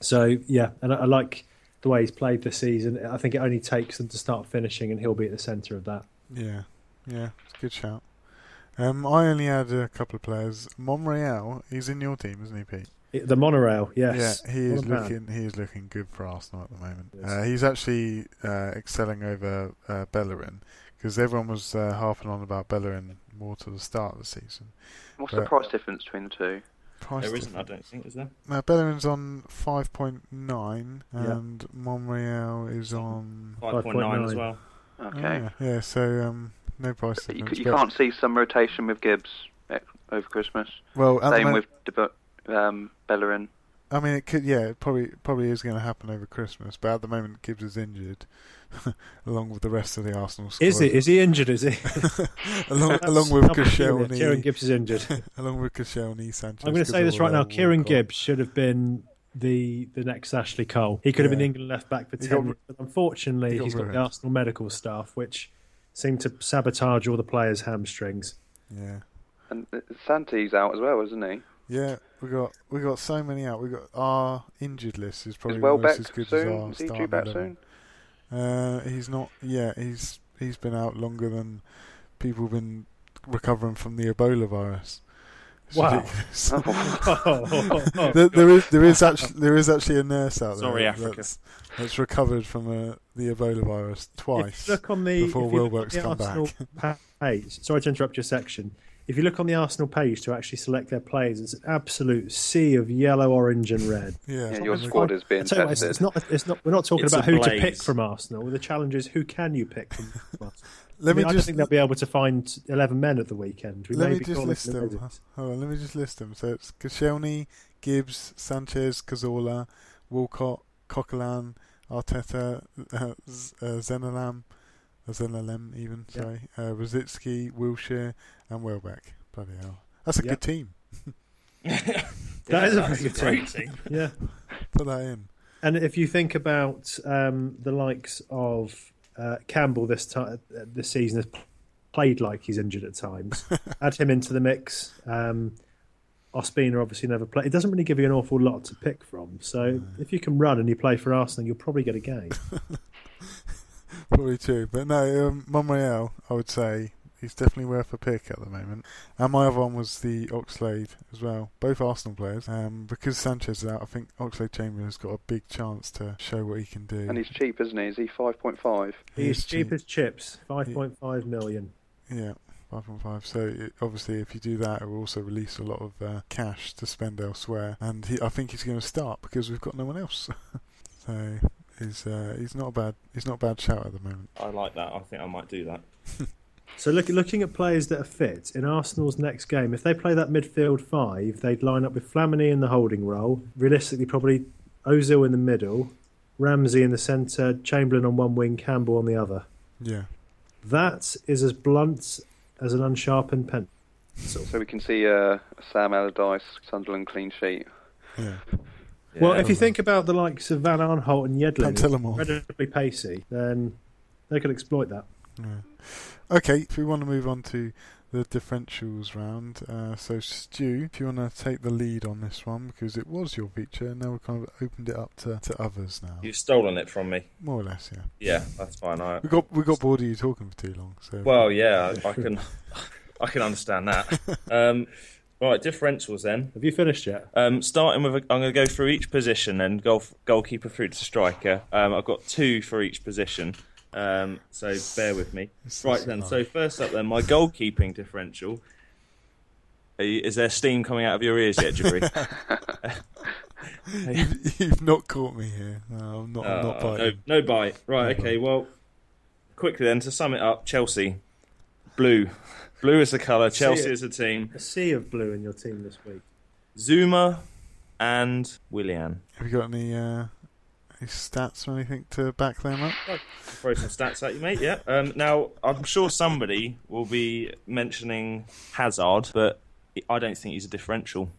Speaker 2: So yeah, and I, I like the way he's played this season. I think it only takes them to start finishing, and he'll be at the centre of that.
Speaker 1: Yeah, yeah, it's a good shout. Um, I only had a couple of players. Monreal, he's in your team, isn't he, Pete?
Speaker 2: It- the monorail, yes,
Speaker 1: Yeah, he
Speaker 2: What
Speaker 1: is
Speaker 2: a man.
Speaker 1: looking. He is looking good for Arsenal at the moment.
Speaker 2: Yes.
Speaker 1: Uh, he's actually uh, excelling over uh, Bellerin because everyone was uh, harping on about Bellerin more to the start of the season.
Speaker 4: What's
Speaker 1: Yeah.
Speaker 4: the price difference between the two?
Speaker 1: Price
Speaker 3: There isn't, I don't think, is there?
Speaker 1: Now Bellerin's on five point nine,
Speaker 2: Yeah.
Speaker 1: and Monreal is on.
Speaker 3: Five point nine as
Speaker 2: 5.9.
Speaker 3: well.
Speaker 4: Okay.
Speaker 1: Oh, Yeah, yeah, so um, no price
Speaker 4: But you,
Speaker 1: difference.
Speaker 4: c- you
Speaker 1: but-
Speaker 4: can't see some rotation with Gibbs eh, over Christmas.
Speaker 1: well, at the
Speaker 4: Same
Speaker 1: moment-
Speaker 4: with Debo- um, Bellerin.
Speaker 1: I mean, it could. Yeah, it probably probably is going to happen over Christmas. But at the moment, Gibbs is injured, along with the rest of the Arsenal squad.
Speaker 2: Is he? Is he injured? Is he?
Speaker 1: along, along with
Speaker 2: That's- Kieran
Speaker 1: Koscielny,
Speaker 2: Gibbs is injured.
Speaker 1: along with Koscielny, Sanchez.
Speaker 2: I'm going to say this right now.
Speaker 1: Cazorla,
Speaker 2: Kieran
Speaker 1: Walcott.
Speaker 2: Gibbs should have been the the next Ashley Cole. He could have been
Speaker 1: Yeah.
Speaker 2: England left back for
Speaker 1: He
Speaker 2: ten,
Speaker 1: got ru-
Speaker 2: years, but unfortunately,
Speaker 1: he got
Speaker 2: he's got
Speaker 1: ruined.
Speaker 2: the Arsenal medical staff, which seemed to sabotage all the players' hamstrings.
Speaker 1: Yeah,
Speaker 4: And uh, Santi's out as well, isn't he?
Speaker 1: yeah. We got we got so many out. We got our injured list is probably
Speaker 4: Is
Speaker 1: almost
Speaker 4: Welbeck
Speaker 1: as good as
Speaker 4: soon?
Speaker 1: our
Speaker 4: Is he due
Speaker 1: starting
Speaker 4: back
Speaker 1: 11.
Speaker 4: soon?
Speaker 1: Uh, he's not. Yeah, he's he's been out longer than people have been recovering from the Ebola virus. It's
Speaker 2: Wow.
Speaker 1: ridiculous.
Speaker 2: Oh,
Speaker 1: there, there is there is actually there is actually a nurse out there.
Speaker 3: Sorry, Africa.
Speaker 1: That's, that's recovered from uh, the Ebola virus
Speaker 2: If
Speaker 1: twice.
Speaker 2: you look on the,
Speaker 1: before
Speaker 2: if you look
Speaker 1: Wilbeck's
Speaker 2: on the
Speaker 1: come
Speaker 2: Arsenal page, sorry to interrupt your section. If you look on the Arsenal page to actually select their players, it's an absolute sea of yellow, orange, and red.
Speaker 1: Yeah.
Speaker 4: Yeah, your squad is being
Speaker 2: I tell you what, it's,
Speaker 4: tested.
Speaker 2: it's not. It's not. We're not talking
Speaker 3: It's
Speaker 2: about who to
Speaker 3: ablaze.
Speaker 2: pick from Arsenal. The challenge is who can you pick from Arsenal.
Speaker 1: Let
Speaker 2: I, mean,
Speaker 1: me
Speaker 2: I
Speaker 1: just
Speaker 2: don't think they'll be able to find eleven men at the weekend. We
Speaker 1: let
Speaker 2: may
Speaker 1: me
Speaker 2: be
Speaker 1: just
Speaker 2: calling
Speaker 1: list
Speaker 2: it a
Speaker 1: them.
Speaker 2: visit.
Speaker 1: Hold on, let me just list them. So it's Koscielny, Gibbs, Sanchez, Cazorla, Walcott, Coquelin, Arteta, uh, Z- uh, Zenalam, uh, Zenalem even.
Speaker 2: Yeah.
Speaker 1: Sorry, uh, Rosicki, Wilshire, and Welbeck. Bloody hell, that's a
Speaker 2: Yeah.
Speaker 1: good team.
Speaker 2: That is a
Speaker 3: that's
Speaker 2: very good
Speaker 3: great team.
Speaker 2: Yeah.
Speaker 1: Put that in.
Speaker 2: And if you think about um, the likes of uh, Campbell this time, this season has played like he's injured at times. Add him into the mix. Um, Ospina obviously never played. It doesn't really give you an awful lot to pick from. So if you can run and you play for Arsenal, you'll probably get a game.
Speaker 1: Probably true, but no, um, Monreal. I would say he's definitely worth a pick at the moment. And my other one was the Oxlade as well. Both Arsenal players. Um, because Sanchez is out, I think Oxlade Chamberlain's got a big chance to show what he can do.
Speaker 4: And he's cheap, isn't he? Is he 5.5?
Speaker 2: He's
Speaker 1: He's
Speaker 2: cheap as chips, five point five million.
Speaker 1: Yeah, five point five. So it, obviously, if you do that, it will also release a lot of uh, cash to spend elsewhere. And he, I think he's going to start because we've got no one else. so he's uh, he's not a bad he's not a bad shout at the moment.
Speaker 3: I like that. I think I might do that.
Speaker 2: So look, looking at players that are fit in Arsenal's next game, if they play that midfield five, they'd line up with Flamini in the holding role. Realistically, probably Ozil in the middle, Ramsey in the centre, Chamberlain on one wing, Campbell on the other.
Speaker 1: Yeah,
Speaker 2: That is as blunt as an unsharpened pen.
Speaker 4: So we can see uh, Sam Allardyce, Sunderland clean sheet.
Speaker 1: yeah.
Speaker 2: Well, if you think about the likes of Van Arnholt and
Speaker 1: Can't tell
Speaker 2: Yedlin,
Speaker 1: 'em all.
Speaker 2: incredibly pacey, then they could exploit that.
Speaker 1: Yeah. Okay, if we want to move on to the differentials round, uh, so Stu, if you want to take the lead on this one because it was your feature, and now we've kind of opened it up to, to others now,
Speaker 3: You've stolen it from me.
Speaker 1: more or less. Yeah,
Speaker 3: Yeah, that's fine. I,
Speaker 1: we got we got bored of you talking for too long. So
Speaker 3: well, yeah, I, I can, I can understand that. Um, right, differentials then.
Speaker 2: Have you finished yet?
Speaker 3: Um, starting with, a, I'm going to go through each position and golf, goalkeeper through to striker. Um, I've got two for each position, um, so bear with me.
Speaker 1: This
Speaker 3: Right
Speaker 1: is
Speaker 3: then,
Speaker 1: nice.
Speaker 3: so first up then, my goalkeeping differential. Are you- Is there steam coming out of your ears yet, Jabri?
Speaker 1: you've, you've not caught me here. No, I'm not. I'm not
Speaker 3: Uh,
Speaker 1: biting.
Speaker 3: No, no bite. Right.
Speaker 1: No
Speaker 3: okay. Well, quickly then to sum it up, Chelsea, blue, blue is the colour. Chelsea
Speaker 2: it.
Speaker 3: is the team.
Speaker 2: A sea of blue in your team this week.
Speaker 3: Zuma and Willian.
Speaker 1: Have you got any, uh, any stats or anything to back them up?
Speaker 3: Throw some stats at you, mate. Yeah. Um, now I'm sure somebody will be mentioning Hazard, but I don't think he's a differential.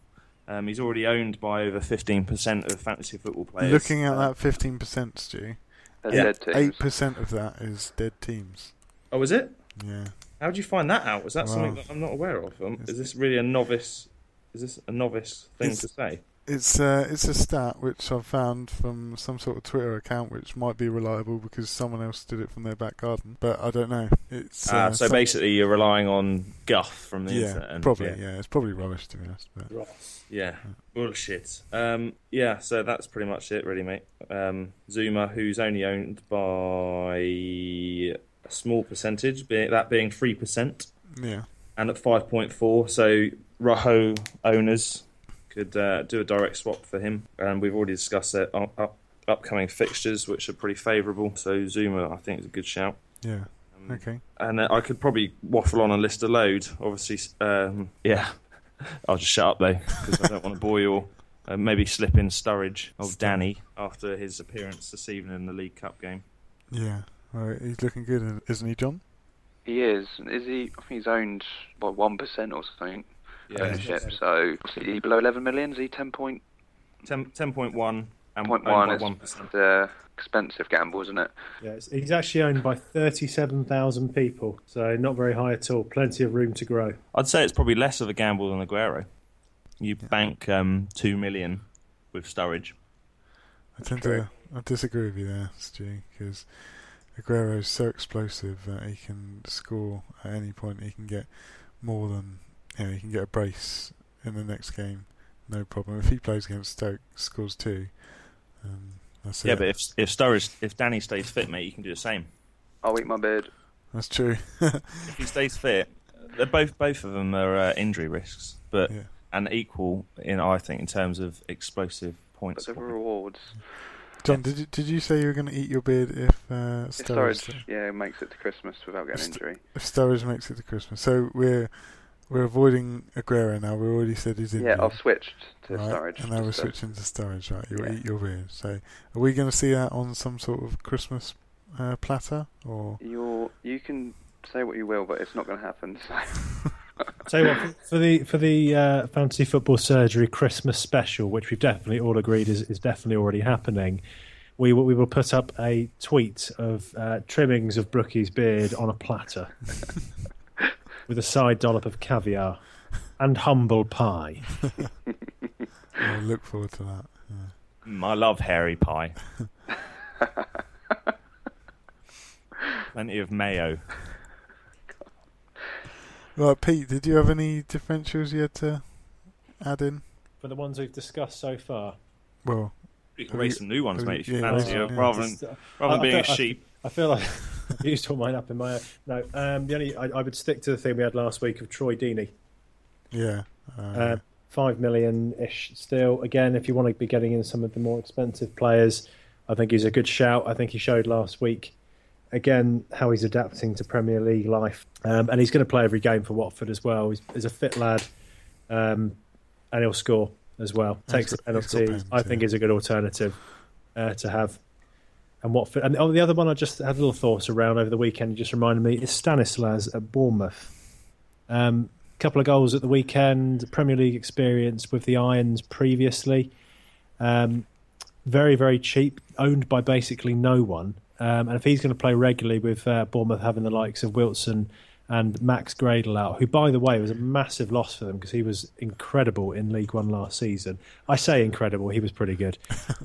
Speaker 3: Um, he's already owned by over 15% of fantasy football players.
Speaker 1: Looking at that 15%, Stu,
Speaker 4: They're
Speaker 3: Yeah.
Speaker 4: uh, dead teams.
Speaker 1: 8% of that is dead teams.
Speaker 3: Oh, is it?
Speaker 1: Yeah.
Speaker 3: How did you find that out? Was that
Speaker 1: Wow.
Speaker 3: something that I'm not aware of? Um, is this really a novice? Is this a novice thing
Speaker 1: It's-
Speaker 3: to say?
Speaker 1: It's uh, it's a stat which I found from some sort of Twitter account, which might be reliable because someone else did it from their back garden, but I don't know. It's
Speaker 3: Ah,
Speaker 1: uh,
Speaker 3: so
Speaker 1: some-
Speaker 3: basically, you're relying on guff from the internet.
Speaker 1: yeah,
Speaker 3: and-
Speaker 1: probably.
Speaker 3: Yeah.
Speaker 1: Yeah. it's probably rubbish to be honest. But
Speaker 3: yeah. Bullshit. Um, yeah, so that's pretty much it, really, mate. Um, Zuma, who's only owned by a small percentage, be that being 3%,
Speaker 1: yeah,
Speaker 3: and at 5.4. So Raho owners could uh, do a direct swap for him. And we've already discussed their up, up, upcoming fixtures, which are pretty favourable. So Zuma, I think, is a good shout.
Speaker 1: yeah.
Speaker 3: Um,
Speaker 1: Okay.
Speaker 3: and uh, I could probably waffle on and list a load. Obviously, um, yeah, I'll just shut up though because I don't want to bore you all. Uh, maybe slip in Sturridge of Danny after his appearance this evening in the League Cup game.
Speaker 1: Yeah. All right, he's looking good, isn't he, John?
Speaker 4: He is. Is he? I think he's owned by one percent or something ownership. So is he below eleven million? Is he ten point
Speaker 3: ten ten point one and
Speaker 4: point
Speaker 3: owned
Speaker 4: one?
Speaker 3: by
Speaker 4: It's
Speaker 3: one percent.
Speaker 4: uh, expensive gamble, isn't it?
Speaker 2: Yeah, it's, he's actually owned by 37,000 people, so not very high at all. Plenty of room to grow.
Speaker 3: I'd say it's probably less of a gamble than Aguero. You bank um, two million with Sturridge.
Speaker 1: I tend
Speaker 4: True.
Speaker 1: to I disagree with you there, Stu, because Aguero is so explosive that he can score at any point. He can get more than you know, he can get a brace in the next game, no problem. If he plays against Stoke, scores two, um, that's
Speaker 3: yeah,
Speaker 1: it.
Speaker 3: but if if Sturridge, if Danny stays fit, mate, you can do the same.
Speaker 4: I'll eat my beard.
Speaker 1: that's true.
Speaker 3: If he stays fit, they're both both of them are uh, injury risks, but
Speaker 1: Yeah.
Speaker 3: and equal in I think in terms of explosive
Speaker 4: But
Speaker 3: points.
Speaker 4: the rewards.
Speaker 1: John, did you, did you say you were going to eat your beard if uh,
Speaker 4: If
Speaker 1: Sturridge,
Speaker 4: Sturridge, yeah, makes it to Christmas without getting
Speaker 1: Stu-
Speaker 4: injury.
Speaker 1: if Sturridge makes it to Christmas? So we're we're avoiding Aguero now. We already said he's injured.
Speaker 4: Yeah, I've switched to
Speaker 1: right?
Speaker 4: Sturridge.
Speaker 1: And now we're
Speaker 4: so-
Speaker 1: switching to Sturridge, right? You'll
Speaker 4: Yeah.
Speaker 1: eat your beard. So are we going to see that on some sort of Christmas uh, platter or?
Speaker 4: You're, you can say what you will, but it's not going to happen. So.
Speaker 2: Tell you what, for- for the for the uh, fantasy football surgery Christmas special, which we've definitely all agreed is, is definitely already happening, we will, we will put up a tweet of uh, trimmings of Brookie's beard on a platter with a side dollop of caviar and humble pie.
Speaker 1: I look forward to that.
Speaker 3: Mm, I love hairy pie. Plenty of mayo.
Speaker 1: Right, Pete, did you have any differentials you had to add in?
Speaker 2: For the ones we've discussed so far,
Speaker 1: Well,
Speaker 3: You
Speaker 1: Have
Speaker 3: can make
Speaker 1: you-
Speaker 3: some new ones,
Speaker 1: have
Speaker 3: mate.
Speaker 1: you-
Speaker 3: If you
Speaker 1: yeah,
Speaker 3: fancy,
Speaker 1: yeah,
Speaker 3: uh,
Speaker 1: yeah.
Speaker 3: rather than
Speaker 2: Just, uh,
Speaker 3: rather
Speaker 2: I-
Speaker 3: than being
Speaker 2: I
Speaker 3: a
Speaker 2: feel- I-
Speaker 3: sheep.
Speaker 2: I feel like I used all mine up in my no. Um, the only I, I would stick to the thing we had last week of Troy Deeney.
Speaker 1: yeah. Uh,
Speaker 2: Uh, five million ish still. Again, if you want to be getting in some of the more expensive players, I think he's a good shout. I think he showed last week again how he's adapting to Premier League life, um, and he's going to play every game for Watford as well. He's, he's a fit lad, um, and he'll score as well.
Speaker 1: He's
Speaker 2: Takes
Speaker 1: got-
Speaker 2: the
Speaker 1: he's got
Speaker 2: penalties. I
Speaker 1: penalties,
Speaker 2: think
Speaker 1: yeah.
Speaker 2: is a good alternative uh, to have. And Watford, and oh, the other one I just had little thoughts around over the weekend. It just reminded me is Stanislas at Bournemouth. Um, couple of goals at the weekend, Premier League experience with the Irons previously. Um, very, very cheap, owned by basically no one. Um, and if he's going to play regularly with uh, Bournemouth having the likes of Wilson and Max Gradle out, who, by the way, was a massive loss for them because he was incredible in League One last season. I say incredible, he was pretty good.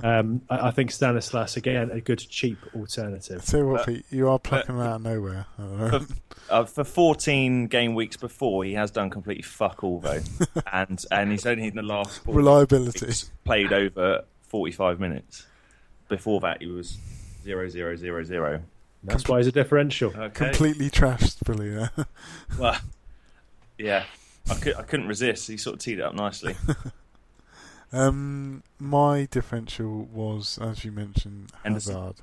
Speaker 2: Um, I, I think Stanislas, again, a good cheap alternative.
Speaker 1: tell you what, Pete, you are plucking them out of nowhere. I don't know.
Speaker 3: Uh, for 14 game weeks before, he has done completely fuck all though, and and he's only in the last four
Speaker 1: Reliability.
Speaker 3: weeks played over 45 minutes. Before that, he was zero zero zero zero.
Speaker 2: That's why he's a differential.
Speaker 3: Okay.
Speaker 1: Completely trashed, Billy. yeah.
Speaker 3: Well, yeah, I, could, I couldn't resist. He sort of teed it up nicely.
Speaker 1: Um, my differential was, as you mentioned,
Speaker 3: Henderson.
Speaker 1: Hazard.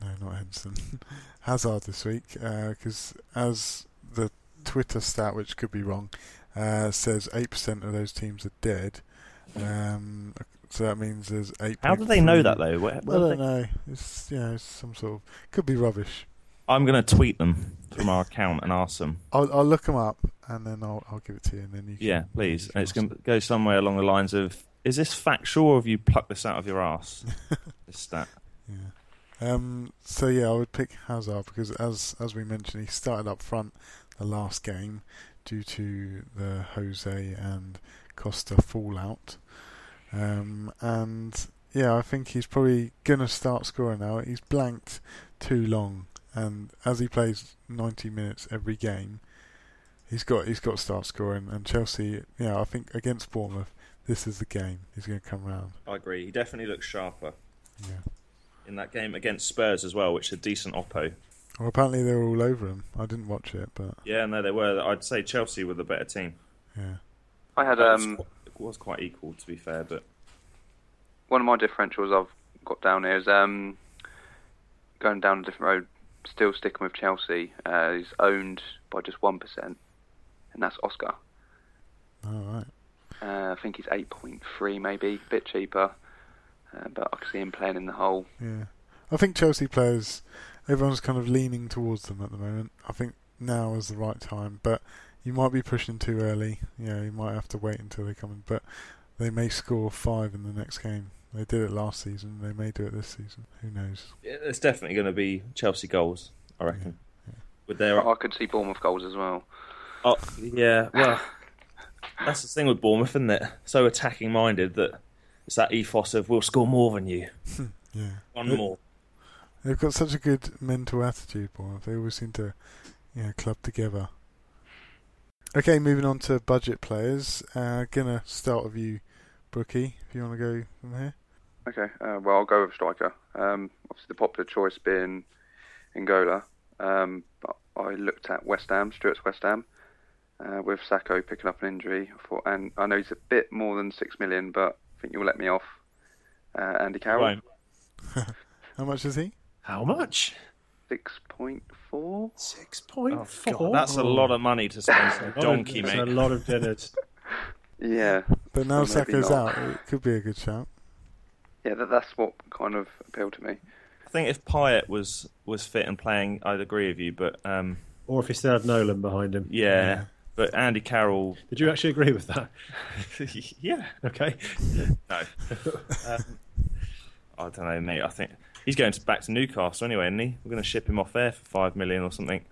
Speaker 1: No, not Henderson. Hazard this week, because as the Twitter stat, which could be wrong, uh, says eight percent of those teams are dead. Um, so that means there's eight.
Speaker 3: How do they know that though? Where,
Speaker 1: I
Speaker 3: where do
Speaker 1: don't
Speaker 3: they-
Speaker 1: know. It's you know it's some sort of could be rubbish.
Speaker 3: I'm going to tweet them from our account and ask them.
Speaker 1: I'll, I'll look them up and then I'll, I'll give it to you and then you. Can,
Speaker 3: Yeah, please.
Speaker 1: you can
Speaker 3: And it's going
Speaker 1: ask
Speaker 3: to go somewhere along the lines of: Is this factual, or have you plucked this out of your ass? this stat.
Speaker 1: Yeah. Um, so yeah, I would pick Hazard because, as as we mentioned, he started up front the last game due to the Jose and Costa fallout. Um, and yeah, I think he's probably gonna start scoring now. He's blanked too long, and as he plays 90 minutes every game, he's got he's got to start scoring. And Chelsea, yeah, I think against Bournemouth, this is the game. He's gonna come round.
Speaker 3: I agree. He definitely looks sharper
Speaker 1: Yeah.
Speaker 3: in that game against Spurs as well, which are decent oppo.
Speaker 1: Well, apparently they were all over him. I didn't watch it, but
Speaker 3: Yeah, no, they were. I'd say Chelsea were the better team.
Speaker 1: yeah.
Speaker 4: I
Speaker 3: it,
Speaker 4: had
Speaker 3: was
Speaker 4: um,
Speaker 3: quite, it was quite equal, to be fair, but
Speaker 4: one of my differentials I've got down here is um, going down a different road, still sticking with Chelsea. Uh, he's owned by just 1%, and that's Oscar.
Speaker 1: All right.
Speaker 4: Uh, I think he's 8.3 maybe, a bit cheaper. Uh, but I can see him playing in the hole.
Speaker 1: Yeah. I think Chelsea players, everyone's kind of leaning towards them at the moment. I think now is the right time, but you might be pushing too early. You know, you might have to wait until they come in, but they may score five in the next game. They did it last season. They may do it this season. Who knows?
Speaker 3: it's definitely going to be Chelsea goals, I reckon. With their
Speaker 4: I could see Bournemouth goals as well.
Speaker 3: Oh, yeah, well, that's the thing with Bournemouth, isn't it? So attacking minded that it's that ethos of we'll score more than you.
Speaker 1: Yeah.
Speaker 3: One more.
Speaker 1: They've got such a good mental attitude, Bournemouth. They always seem to, you know, club together. Okay, moving on to budget players. Uh, gonna start with you, Brookie. If you want to go from here.
Speaker 4: Okay, uh, well, I'll go with striker. Um, obviously, the popular choice being Ngola. Um, but I looked at West Ham, Stuart's West Ham, uh, with Sacco picking up an injury. I thought, and I know he's a bit more than six million, but I think you'll let me off. Uh, Andy Carroll,
Speaker 3: Won't.
Speaker 1: How much is he?
Speaker 2: How much?
Speaker 4: six point four.
Speaker 2: Six point four.
Speaker 3: Oh, That's a lot of money to spend on a donkey,
Speaker 2: Oh, That's A
Speaker 3: mate.
Speaker 2: lot of dinners.
Speaker 4: Yeah,
Speaker 1: But now
Speaker 4: So maybe
Speaker 1: Sacco's
Speaker 4: not.
Speaker 1: out, it could be a good shout.
Speaker 4: yeah, that, that's what kind of appealed to me.
Speaker 3: I think if Pyatt was was fit and playing, I'd agree with you. But um,
Speaker 2: or if he still had Nolan behind him.
Speaker 3: yeah, but Andy Carroll,
Speaker 2: Did you actually agree with that?
Speaker 3: yeah,
Speaker 2: Okay.
Speaker 3: no, Um, I don't know, mate. I think he's going to, back to Newcastle anyway, isn't he? We're going to ship him off there for five million or something.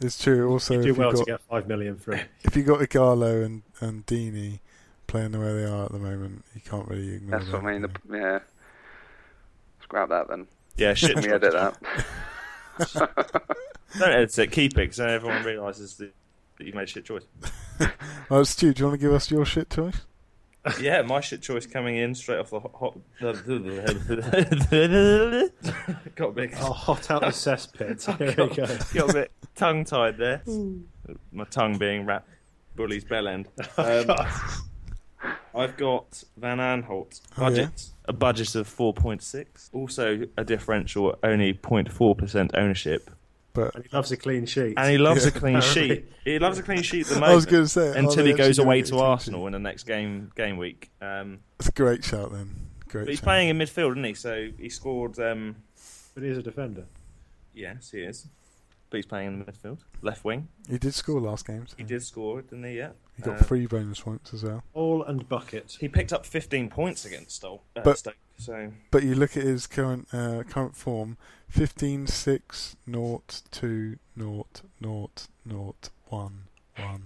Speaker 1: It's true. Also,
Speaker 2: You
Speaker 1: if
Speaker 2: do
Speaker 1: you
Speaker 2: well to
Speaker 1: got
Speaker 2: get five million for him.
Speaker 1: if you got Igalo and and Dini playing the way they are at the moment, you can't really ignore
Speaker 4: That's
Speaker 1: them.
Speaker 4: what I mean. The, yeah, scrap that then.
Speaker 3: Yeah, ship.
Speaker 4: Can we edit that?
Speaker 3: Don't edit it. Keep it, so everyone realizes that, that you made a shit choice.
Speaker 1: Oh, Stu, do you want to give us your shit choice?
Speaker 3: yeah, my shit choice coming in straight off the hot. hot got a bit,
Speaker 1: Oh,
Speaker 2: I'll Oh, hot out the cesspit. Here we go.
Speaker 3: got a bit tongue tied there. My tongue being wrapped. Bully's bell end.
Speaker 1: Oh,
Speaker 3: Um, I've got Van Aanholt
Speaker 1: Oh, yeah.
Speaker 3: budget, a budget of four point six. Also a differential, only 04 percent ownership,
Speaker 1: But
Speaker 2: And he loves a clean sheet.
Speaker 3: and he loves a clean
Speaker 2: Apparently.
Speaker 3: sheet. He loves a clean sheet. at The moment
Speaker 1: I was going to say
Speaker 3: until he goes away to Arsenal
Speaker 1: It's
Speaker 3: in the next game game week. Um,
Speaker 1: a great shout then. Great.
Speaker 3: but he's
Speaker 1: shout.
Speaker 3: playing in midfield, isn't he? So he scored. Um,
Speaker 2: But he's a defender.
Speaker 3: yes, he is. But he's playing in the midfield, left wing.
Speaker 1: He did score last game. So
Speaker 3: He did score, didn't he? Yeah.
Speaker 1: He got
Speaker 3: Uh,
Speaker 1: three bonus points as well.
Speaker 2: All and bucket.
Speaker 3: He picked up 15 points against Stoke. Uh,
Speaker 1: But-
Speaker 3: Stoke so
Speaker 1: But you look at his current uh, current form: 15, 6, 0, 2, 0, 0, 0, 1, 1.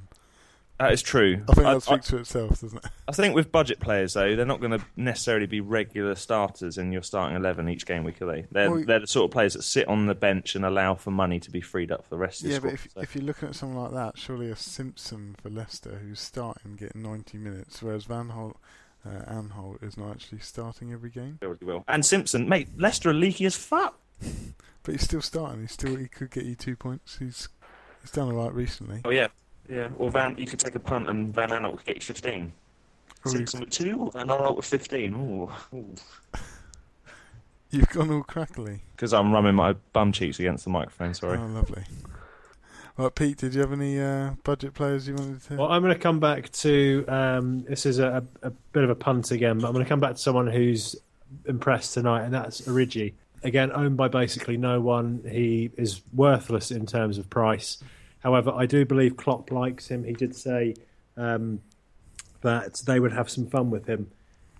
Speaker 3: that is true.
Speaker 1: I think
Speaker 3: I,
Speaker 1: that speaks to itself, doesn't it?
Speaker 3: I think with budget players though, they're not going to necessarily be regular starters in your starting eleven each game week, are they? They're,
Speaker 1: Well,
Speaker 3: they're the sort of players that sit on the bench and allow for money to be freed up for the rest of the
Speaker 1: Yeah,
Speaker 3: squad.
Speaker 1: but if,
Speaker 3: so.
Speaker 1: if you're looking at someone like that, surely a Simpson for Leicester who's starting getting 90 minutes, whereas Van Holt, uh, Anholt is not actually starting every game.
Speaker 3: Surely will. And Simpson, mate, Leicester are leaky as fuck.
Speaker 1: But he's still starting. He still he could get you two points. He's he's done all right recently.
Speaker 3: Oh yeah, yeah. Or Van, you could take a punt and Van Aanholt would get you fifteen.
Speaker 1: Or
Speaker 3: Simpson with two, and Aanholt with fifteen.
Speaker 1: You've gone all crackly.
Speaker 3: Because I'm rubbing my bum cheeks against the microphone. Sorry.
Speaker 1: Oh, lovely. Right, Pete, did you have any uh, budget players you wanted to?
Speaker 2: Well, I'm going to come back to um, this is a, a bit of a punt again, but I'm going to come back to someone who's impressed tonight, and that's Origi. Again, owned by basically no one. He is worthless in terms of price. However, I do believe Klopp likes him. He did say um, that they would have some fun with him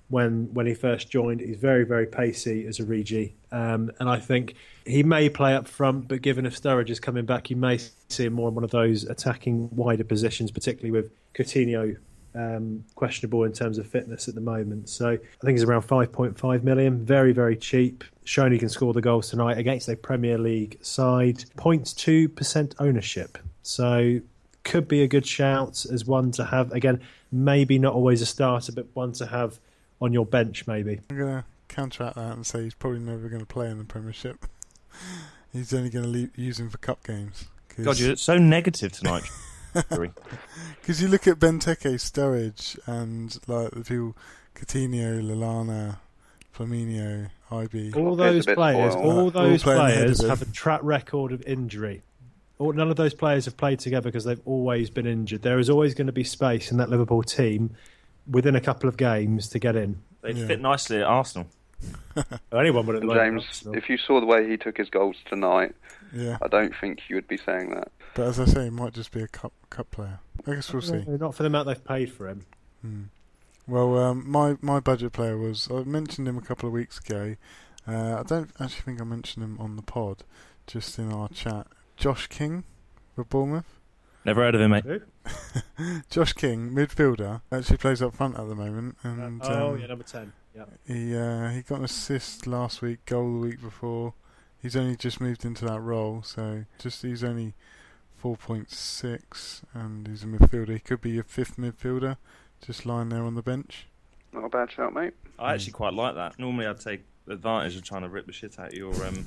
Speaker 2: when when he first joined. He's very very pacey as a Regi, um, and I think he may play up front. But given if Sturridge is coming back, you may see him more in one of those attacking wider positions, particularly with Coutinho um, questionable in terms of fitness at the moment. So I think he's around 5.5 million, very very cheap. Shown he can score the goals tonight against a Premier League side. 0.2 percent ownership. So could be a good shout as one to have again maybe not always a starter but one to have on your bench maybe
Speaker 1: I'm going to counteract that and say he's probably never going to play in the Premiership. he's only going to le- use him for cup games. 'cause-
Speaker 3: God, you're so negative tonight. Sorry.
Speaker 1: Because you look at Benteke, Sturridge, and like the people Coutinho, Lallana, Flaminio, IB.
Speaker 2: all
Speaker 4: Here's a
Speaker 2: those
Speaker 4: bit
Speaker 2: players
Speaker 4: spoiled.
Speaker 2: all
Speaker 1: All
Speaker 2: those
Speaker 1: playing ahead of
Speaker 2: players
Speaker 1: it.
Speaker 2: have a track record of injury all, none of those players have played together because they've always been injured there is always going to be space in that liverpool team within a couple of games to get in
Speaker 3: They
Speaker 1: Yeah.
Speaker 3: fit nicely at Arsenal.
Speaker 2: anyone would have
Speaker 4: And
Speaker 2: liked
Speaker 4: James,
Speaker 2: Arsenal.
Speaker 4: if you saw the way he took his goals tonight,
Speaker 1: Yeah,
Speaker 4: I don't think you would be saying that.
Speaker 1: but as I say, he might just be a cup cup player. I guess we'll see.
Speaker 2: not for the amount they've paid for him
Speaker 1: Hmm. Well, um, my my budget player was I mentioned him a couple of weeks ago. Uh, I don't actually think I mentioned him on the pod, just in our chat. Josh King, with Bournemouth.
Speaker 3: Never heard of him, mate.
Speaker 1: Josh King, midfielder, actually plays up front at the moment, and
Speaker 2: oh
Speaker 1: um,
Speaker 2: yeah number 10 yeah
Speaker 1: He uh, he got an assist last week, goal the week before. He's only just moved into that role, so just he's only four point six, and he's a midfielder. He could be your fifth midfielder, just lying there on the bench.
Speaker 4: Not a bad shout, mate.
Speaker 3: I actually quite like that. Normally, I'd take um, advantage of trying to rip the shit out of your um,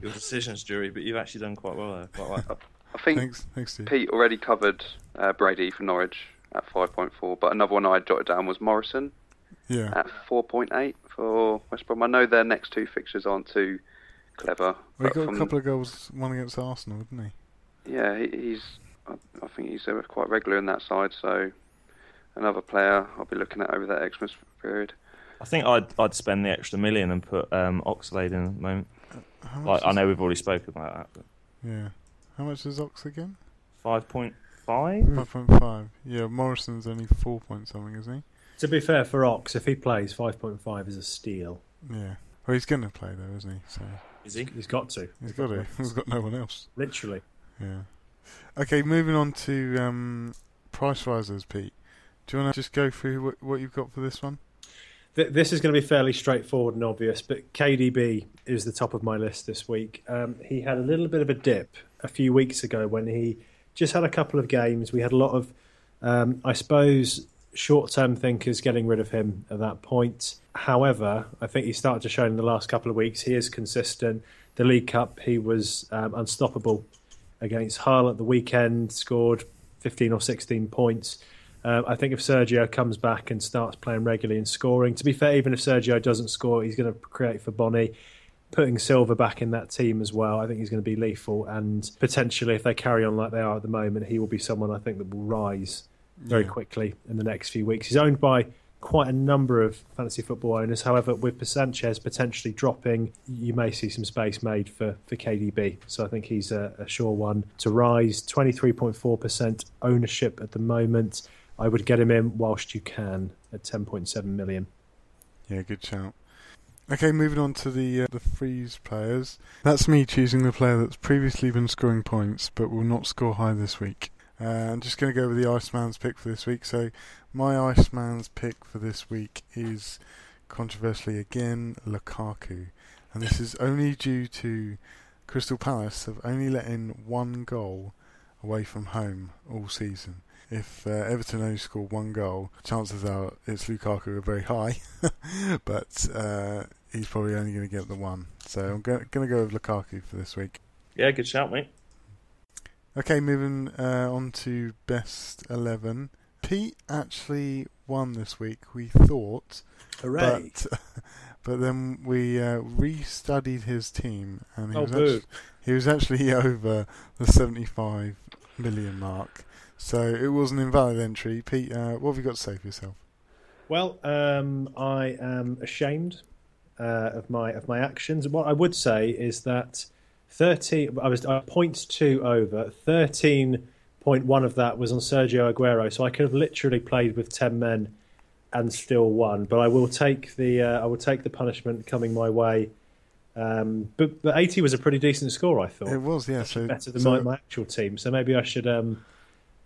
Speaker 3: your decisions jury, but you've actually done quite well there. Quite like that.
Speaker 4: I think
Speaker 1: Thanks, thanks, Steve.
Speaker 4: Pete already covered uh, Brady for Norwich at 5.4, but another one I jotted down was Morrison
Speaker 1: Yeah.
Speaker 4: at 4.8 for West Brom. I know their next two fixtures aren't too clever.
Speaker 1: Well,
Speaker 4: but
Speaker 1: he got
Speaker 4: from-
Speaker 1: a couple of goals, one against Arsenal, didn't he?
Speaker 4: Yeah, he, he's. I, I think he's uh, quite regular in that side, so another player I'll be looking at over that Xmas period.
Speaker 3: I think I'd I'd spend the extra million and put um, Oxlade in at the moment.
Speaker 1: How much
Speaker 3: Like I
Speaker 1: is-
Speaker 3: know we've already spoken about that. but
Speaker 1: Yeah. How much is Ox again?
Speaker 3: Five point five.
Speaker 1: 5.5. Yeah, Morrison's only 4 point something, isn't
Speaker 2: To be fair for Ox, if he plays, 5.5 is a steal.
Speaker 1: he? Yeah. Well, he's going to play, though, isn't he? So
Speaker 3: Is he?
Speaker 2: He's got to.
Speaker 1: he's got to. He's got no one else.
Speaker 2: Literally.
Speaker 1: Yeah. Okay, moving on to um, price risers, Pete. Do you want to just go through what, what you've got for this one?
Speaker 2: Th- this is going to be fairly straightforward and obvious, but KDB is the top of my list this week. Um, he had a little bit of a dip a few weeks ago when he just had a couple of games. We had a lot of, um, I suppose, short term thinkers getting rid of him at that point. However, I think he started to show in the last couple of weeks he is consistent. The League Cup, he was um, unstoppable against Hull at the weekend, scored 15 or 16 points. Uh, I think if Sergio comes back and starts playing regularly and scoring, to be fair, even if Sergio doesn't score, he's going to create for Bonnie. Putting Silver back in that team as well, I think he's going to be lethal. And potentially, if they carry on like they are at the moment, he will be someone I think that will rise very
Speaker 1: Yeah.
Speaker 2: quickly in the next few weeks. He's owned by quite a number of fantasy football owners. However, with Sanchez potentially dropping, you may see some space made for, for KDB. So I think he's a, a sure one to rise. 23.4% ownership at the moment. I would get him in whilst you can at 10.7 million.
Speaker 1: Yeah, good shout. Okay, moving on to the uh, the freeze players. That's me choosing the player that's previously been scoring points but will not score high this week. Uh, I'm just going to go with the Iceman's pick for this week. So, my Iceman's pick for this week is controversially again Lukaku, and this is only due to Crystal Palace have only let in one goal away from home all season. If uh, Everton only score one goal, chances are it's Lukaku are very high but uh, he's probably only going to get the one. So I'm going to go with Lukaku for this week.
Speaker 3: Yeah, good shout, mate.
Speaker 1: Okay, moving uh, on to best eleven. Pete actually won this week. We thought,
Speaker 2: Hooray!
Speaker 1: but but then we uh, restudied his team, and he
Speaker 2: Oh,
Speaker 1: was
Speaker 2: boo.
Speaker 1: actually, he was actually over the seventy-five million mark. So it was an invalid entry. Pete, uh, what have you got to say for yourself?
Speaker 2: Well, um, I am ashamed uh, of my of my actions. What I would say is that thirty. I was I point two over thirteen point one of that was on Sergio Aguero, so I could have literally played with ten men and still won. But I will take the uh, I will take the punishment coming my way. Um, but but eighty was a pretty decent score, I thought,
Speaker 1: It was, yeah. So
Speaker 2: Oh, better than
Speaker 1: so
Speaker 2: my, my actual team. So maybe I should um,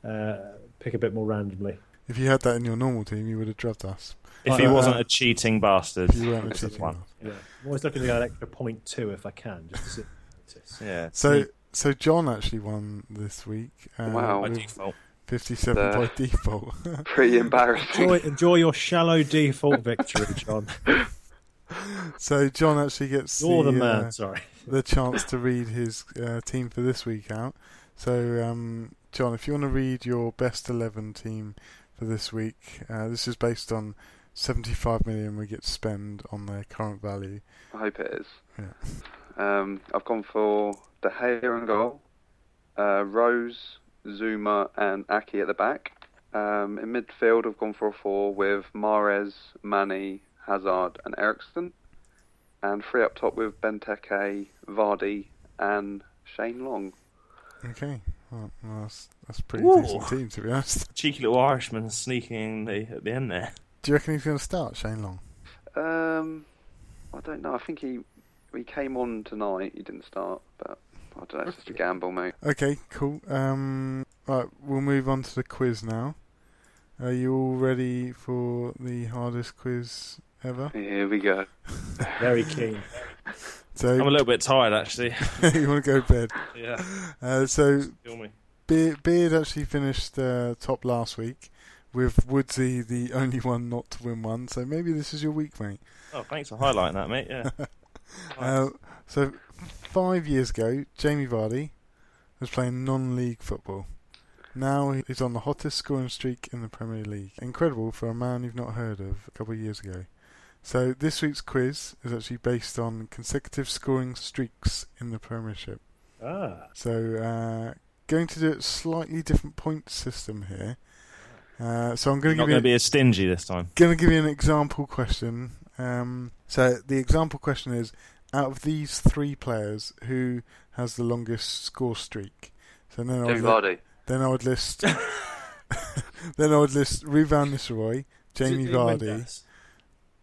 Speaker 2: uh, pick a bit more randomly.
Speaker 1: if you had that in your normal team, you would have dropped us.
Speaker 3: If he
Speaker 1: Uh,
Speaker 3: wasn't a cheating bastard,
Speaker 1: You weren't
Speaker 3: that's
Speaker 1: cheating,
Speaker 3: one.
Speaker 1: Mark.
Speaker 2: Yeah. I'm always looking to go an extra point two if I can, just to see.
Speaker 3: Yeah.
Speaker 1: So, so John actually won this week. Uh,
Speaker 4: Wow.
Speaker 3: by
Speaker 1: with
Speaker 3: default.
Speaker 1: 57
Speaker 4: Uh,
Speaker 1: by default.
Speaker 4: Pretty embarrassing.
Speaker 2: Enjoy, enjoy your shallow default victory, John.
Speaker 1: so John actually gets
Speaker 2: You're
Speaker 1: the,
Speaker 2: the man.
Speaker 1: uh,
Speaker 2: Sorry.
Speaker 1: the chance to read his uh, team for this week out. So, um, John, if you want to read your best 11 team for this week, uh, this is based on 75 million we get to spend on their current value.
Speaker 4: I hope it is. Um, I've gone for De Gea and goal, uh, Rose, Zuma, and Aki at the back. Um, in midfield, I've gone for a four with Mares, Manny, Hazard, and Ericsson. And three up top with Benteke, Vardy, and Shane Long.
Speaker 1: Okay. Well, well, that's, that's a pretty
Speaker 3: Ooh.
Speaker 1: decent team, to be honest.
Speaker 3: Cheeky little Irishman sneaking in the, at the end there.
Speaker 1: Do you reckon he's going to start, Shane Long?
Speaker 4: Um, I don't know. I think he he came on tonight. He didn't start, but I don't know. It's just a gamble, mate.
Speaker 1: Okay, cool. Um, right, we'll move on to the quiz now. Are you all ready for the hardest quiz ever?
Speaker 4: Here we go.
Speaker 2: Very keen.
Speaker 1: So
Speaker 3: I'm a little bit tired, actually.
Speaker 1: you want to go to bed?
Speaker 3: Yeah,
Speaker 1: Uh, so
Speaker 3: kill me.
Speaker 1: Be- Beard actually finished uh, top last week, with Woodsy the only one not to win one. So maybe this is your week, mate.
Speaker 3: Oh, thanks for highlighting that, mate. Yeah.
Speaker 1: Uh, so five years ago, Jamie Vardy was playing non-league football. Now he's on the hottest scoring streak in the Premier League. Incredible for a man you've not heard of a couple of years ago. So this week's quiz is actually based on consecutive scoring streaks in the Premiership.
Speaker 2: Ah,
Speaker 1: So uh, going to do it slightly different point system here. Uh, so I'm going to
Speaker 3: Not
Speaker 1: give you
Speaker 3: going to be as stingy this time.
Speaker 1: going to give you an example question. Um, so the example question is: out of these three players, who has the longest score streak? So then I would,
Speaker 5: Jamie
Speaker 1: li-
Speaker 5: Vardy.
Speaker 1: then I would list then I would list Ruvan Nisseroy, Jamie Vardy,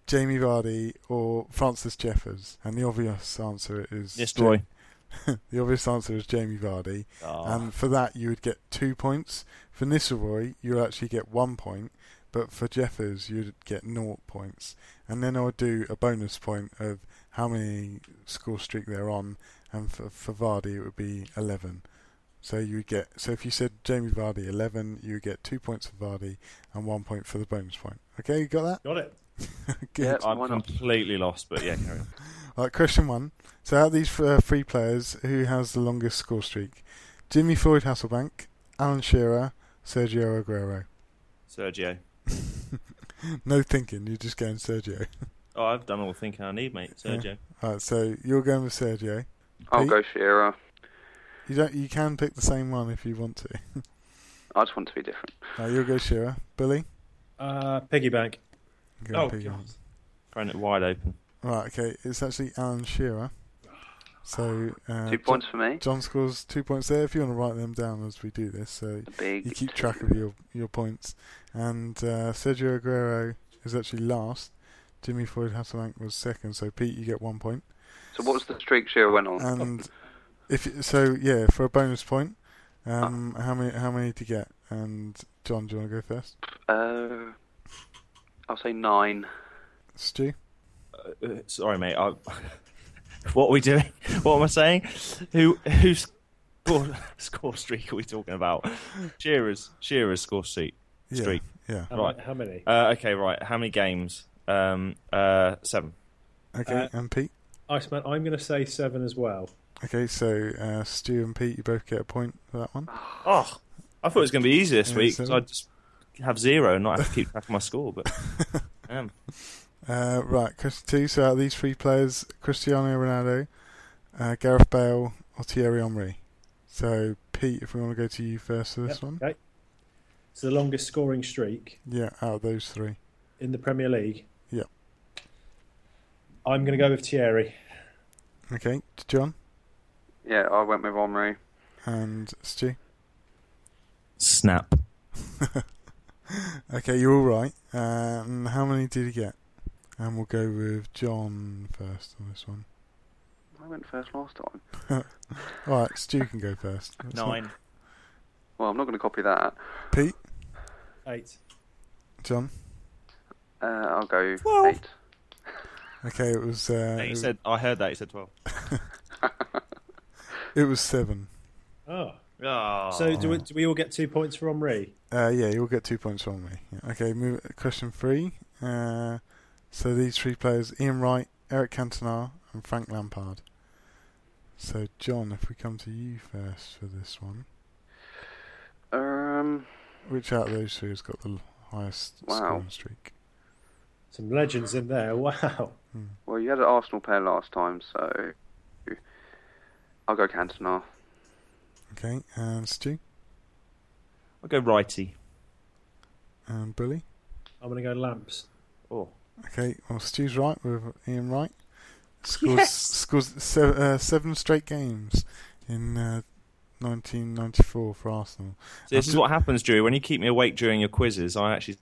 Speaker 1: Jamie Vardy, or Francis Jeffers. And the obvious answer is
Speaker 3: Yes, Roy.
Speaker 1: the obvious answer is Jamie Vardy.
Speaker 3: Ah,
Speaker 1: And for that, you would get two points. For Nisselroy, you'll actually get one point, but for Jeffers, you'd get naught points. And then I would do a bonus point of how many score streak they're on, and for, for Vardy, it would be 11. So you would get so if you said Jamie Vardy 11, you would get two points for Vardy and one point for the bonus point. Okay, you got
Speaker 2: got it.
Speaker 1: that? Good.
Speaker 5: Yeah,
Speaker 3: I'm
Speaker 5: why not?
Speaker 3: completely lost, but yeah, carry on.
Speaker 1: Right, question one. So, out of these uh, three players, who has the longest score streak? Jimmy Floyd Hasselbank, Alan Shearer, Sergio Aguero.
Speaker 3: Sergio.
Speaker 1: No thinking, you're just going Sergio.
Speaker 3: Oh, I've done all the thinking I need, mate. Sergio.
Speaker 1: Right, so you're going with Sergio.
Speaker 4: I'll
Speaker 1: Pete?
Speaker 4: go Shearer.
Speaker 1: You don't. You can pick the same one if you want to.
Speaker 4: I just want to be different.
Speaker 1: Right, you'll go Shearer. Billy.
Speaker 2: Uh, piggy bank.
Speaker 1: Go
Speaker 3: Oh,
Speaker 1: pick your
Speaker 3: God.
Speaker 1: one.
Speaker 3: Throwing it wide open.
Speaker 1: Right, okay. It's actually Alan Shearer. So uh,
Speaker 4: Two points for me.
Speaker 1: John scores two points there. If you want to write them down as we do this, so
Speaker 4: A big.
Speaker 1: you keep track of your, your points. And uh, Sergio Aguero is actually last. Jimmy Floyd Hasselbank was second. So Pete, you get one point.
Speaker 4: So what was the streak Shearer went on?
Speaker 1: And if so, yeah, for a bonus point, um, how many how many to get? And John, do you want to go first?
Speaker 4: Uh, I'll say nine.
Speaker 1: Stu,
Speaker 3: Uh, uh, sorry, mate. I... what are we doing? What am I saying? Who whose score, score streak are we talking about? Shearer's Shearer's score streak.
Speaker 1: yeah,
Speaker 3: Streak.
Speaker 1: yeah.
Speaker 2: How,
Speaker 3: Right.
Speaker 2: how many?
Speaker 3: Uh, okay, right. How many games? Um, uh, seven.
Speaker 1: Okay,
Speaker 2: Uh,
Speaker 1: and Pete.
Speaker 2: Iceman, I'm going to say seven as well.
Speaker 1: Okay, so uh, Stu and Pete, you both get a point for that one.
Speaker 3: Oh, I thought it was going to be easy this
Speaker 1: Yeah,
Speaker 3: week because
Speaker 1: seven.
Speaker 3: I just have zero and not have to keep track of my score. But um,
Speaker 1: Uh, right, question two. So out of these three players, Cristiano Ronaldo, uh, Gareth Bale, or Thierry Henry. So Pete, if we want to go to you first for this
Speaker 2: Yep,
Speaker 1: one,
Speaker 2: Okay. It's the longest scoring streak
Speaker 1: yeah, out of those three,
Speaker 2: in the Premier League.
Speaker 1: Yep.
Speaker 2: I'm going to go with Thierry.
Speaker 1: okay, to John
Speaker 4: Yeah, I went with Omri.
Speaker 1: and Stu.
Speaker 3: snap.
Speaker 1: Okay, you're all right. Um, how many did he get? And we'll go with John first on this one.
Speaker 4: I went first last time.
Speaker 1: All right, Stu can go first. That's fine.
Speaker 3: Nine.
Speaker 4: Well, I'm not going to copy that.
Speaker 1: Pete,
Speaker 2: Eight.
Speaker 1: John.
Speaker 4: Uh, I'll go
Speaker 3: Twelve.
Speaker 4: eight.
Speaker 1: Okay, it was uh,
Speaker 3: He
Speaker 1: it,
Speaker 3: said. I heard that. He said twelve.
Speaker 1: it was seven.
Speaker 2: Oh.
Speaker 3: Oh.
Speaker 2: So do we, do we all get two points for Omri?
Speaker 1: Uh, yeah, you'll get two points from me. Yeah. Okay, move, question three. Uh, so these three players: Ian Wright, Eric Cantona, and Frank Lampard. So, John, if we come to you first for this one,
Speaker 4: Um,
Speaker 1: which out of those three has got the l- highest
Speaker 4: Wow.
Speaker 1: scoring streak?
Speaker 2: Some legends in there. Wow.
Speaker 4: well, you had an Arsenal pair last time, so I'll go Cantona.
Speaker 1: Okay, and Stu
Speaker 3: I'll go righty.
Speaker 1: and Bully.
Speaker 2: I'm going to go Lamps.
Speaker 3: Oh.
Speaker 1: Okay, well, Stu's right with Ian Wright. Scores
Speaker 3: Yes!
Speaker 1: scores se- uh, seven straight games in uh, 1994 for Arsenal.
Speaker 3: So this is what happens, Drew. When you keep me awake during your quizzes, I actually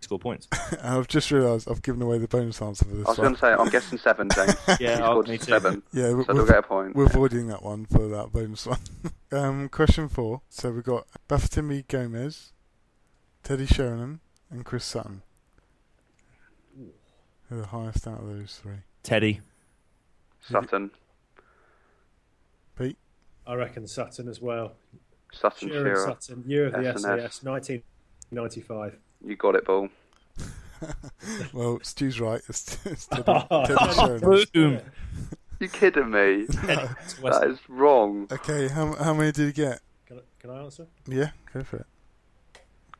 Speaker 3: score points.
Speaker 1: I've just realised I've given away the bonus answer for this
Speaker 4: I was
Speaker 1: one.
Speaker 4: going to say, I'm guessing seven, James.
Speaker 3: Yeah,
Speaker 4: you
Speaker 3: I'll-
Speaker 4: scored
Speaker 3: me too.
Speaker 4: seven,
Speaker 1: Yeah,
Speaker 4: so
Speaker 1: we're,
Speaker 4: they'll
Speaker 1: we're,
Speaker 4: get a point.
Speaker 1: we're avoiding that one for that bonus one. um, question four. So we've got Bafetimi Gomez, Teddy Sheringham, and Chris Sutton. Who are the highest out of those three?
Speaker 3: Teddy.
Speaker 4: Sutton,
Speaker 2: I reckon Sutton as well.
Speaker 4: Sutton,
Speaker 2: Shearer and
Speaker 4: Shearer.
Speaker 2: Sutton, year of the
Speaker 4: S&S.
Speaker 2: SAS, 1995.
Speaker 4: You got it, Bull.
Speaker 1: Well, Stu's right. It's, it's Teddy,
Speaker 2: Oh,
Speaker 1: Teddy Sheringham.
Speaker 3: Boom.
Speaker 4: You kidding me?
Speaker 3: It's West-
Speaker 4: that is wrong.
Speaker 1: Okay, how how many did you get?
Speaker 2: Can I, can I answer?
Speaker 1: Yeah, go for it.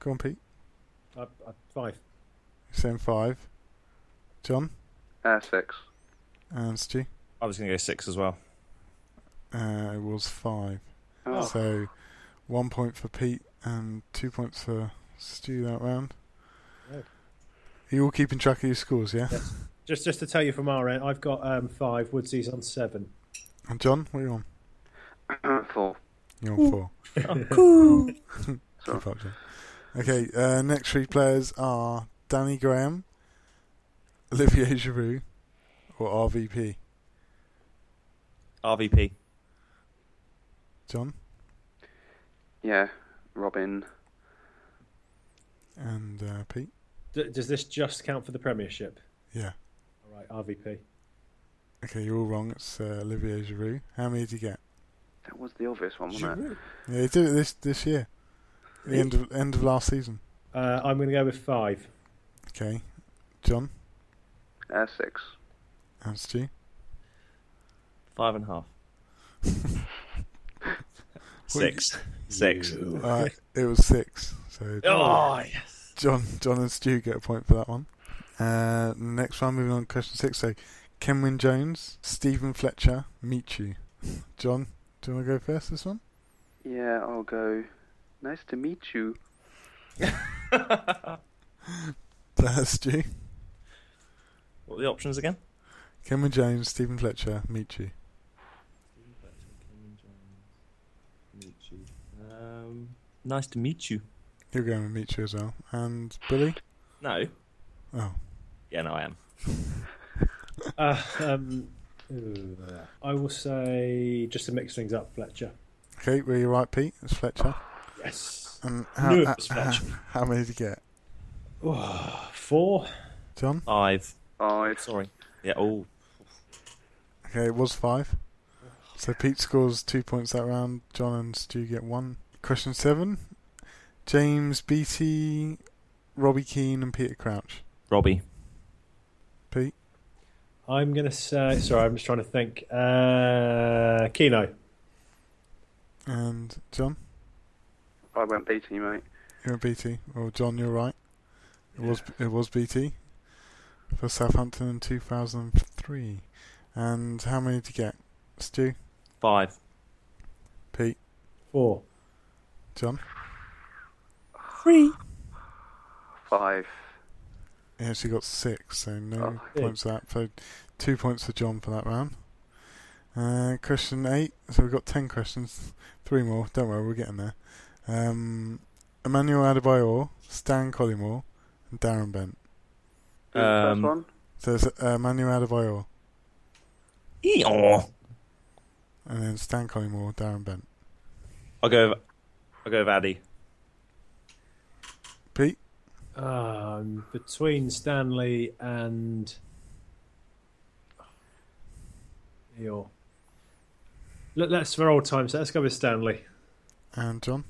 Speaker 1: Go on, Pete.
Speaker 2: I, I, five.
Speaker 1: Same five. John
Speaker 4: Uh, six.
Speaker 1: and Stu.
Speaker 3: I was going to go six as well.
Speaker 1: Uh, it was five.
Speaker 4: Oh,
Speaker 1: So one point for Pete and two points for Stu that round.
Speaker 2: Yeah.
Speaker 1: Are you all keeping track of your scores, yeah?
Speaker 2: Yes. Just just to tell you from our end, I've got um, five. Woodsy's on seven.
Speaker 1: And John, what are you on?
Speaker 4: Uh, Four.
Speaker 1: You're on four.
Speaker 4: Sorry.
Speaker 1: Keep up, John. Okay, uh, next three players are Danny Graham, Olivier Giroud, or RVP.
Speaker 3: RVP.
Speaker 1: John
Speaker 4: Yeah, Robin.
Speaker 1: and uh, Pete.
Speaker 2: D- does this just count for the Premiership?
Speaker 1: Yeah.
Speaker 2: All right, RVP.
Speaker 1: Okay, you're all wrong. It's uh, Olivier Giroud. How many did you get?
Speaker 4: That was the obvious one, wasn't it?
Speaker 1: Yeah, he did it this this year. The end of end of last season.
Speaker 2: Uh, I'm going to go with five.
Speaker 1: Okay, John
Speaker 4: Uh, six.
Speaker 1: and Stu.
Speaker 3: Five and a half. Six. Six.
Speaker 1: Uh, it was six. So
Speaker 3: Oh, yes.
Speaker 1: John, John and Stu get a point for that one. Uh, next one, moving on to question six. So, Kenwin Jones, Stephen Fletcher, Michu. John, do you want to go first this one?
Speaker 4: Yeah, I'll go. Nice to meet you.
Speaker 1: Uh, Stu,
Speaker 3: What were the options again?
Speaker 1: Kenwin Jones, Stephen Fletcher, Michu.
Speaker 3: Um, nice to meet you.
Speaker 1: You're going with Michu as well. And Billy?
Speaker 3: No.
Speaker 1: Oh,
Speaker 3: Yeah, no, I am.
Speaker 2: Uh, um, ooh, I will say just to mix things up, Fletcher.
Speaker 1: okay, were you right, Pete? It's Fletcher.
Speaker 2: Yes.
Speaker 1: And
Speaker 2: Knew
Speaker 1: how,
Speaker 2: it
Speaker 1: how,
Speaker 2: was
Speaker 1: how,
Speaker 2: Fletcher.
Speaker 1: how many did you get?
Speaker 2: Oh, Four.
Speaker 1: John?
Speaker 3: Five.
Speaker 4: I.
Speaker 3: Sorry. Yeah, oh.
Speaker 1: Okay, it was five. So Pete scores two points that round. John and Stu get one. Question seven: James Beattie, Robbie Keane, and Peter Crouch.
Speaker 3: Robbie.
Speaker 1: Pete,
Speaker 2: I'm going to say. Sorry, I'm just trying to think. Uh, Keno.
Speaker 1: and John.
Speaker 4: I went BT, mate.
Speaker 1: You're a BT. Well, John, you're right. It was it was BT for Southampton in 2003. And how many did you get? Stu,
Speaker 3: Five.
Speaker 1: Pete,
Speaker 2: Four.
Speaker 1: John.
Speaker 3: Three.
Speaker 4: Five.
Speaker 1: He actually got six, so no
Speaker 4: Oh.
Speaker 1: points for that. So two points for John for that round. Uh, question eight. So we've got ten questions. Three more. Don't worry, we're getting there. Um, Emmanuel Adebayor, Stan Collymore, and Darren Bent.
Speaker 4: Who's the
Speaker 3: Um,
Speaker 4: first one?
Speaker 1: So it's uh, Emmanuel Adebayor,
Speaker 3: Eeyore.
Speaker 1: and then Stan Collymore, Darren Bent.
Speaker 3: I'll go with, I'll go with Addy.
Speaker 1: Pete,
Speaker 2: Um, between Stanley and Eeyore. Let, let's for old times. Let's go with Stanley.
Speaker 1: and John.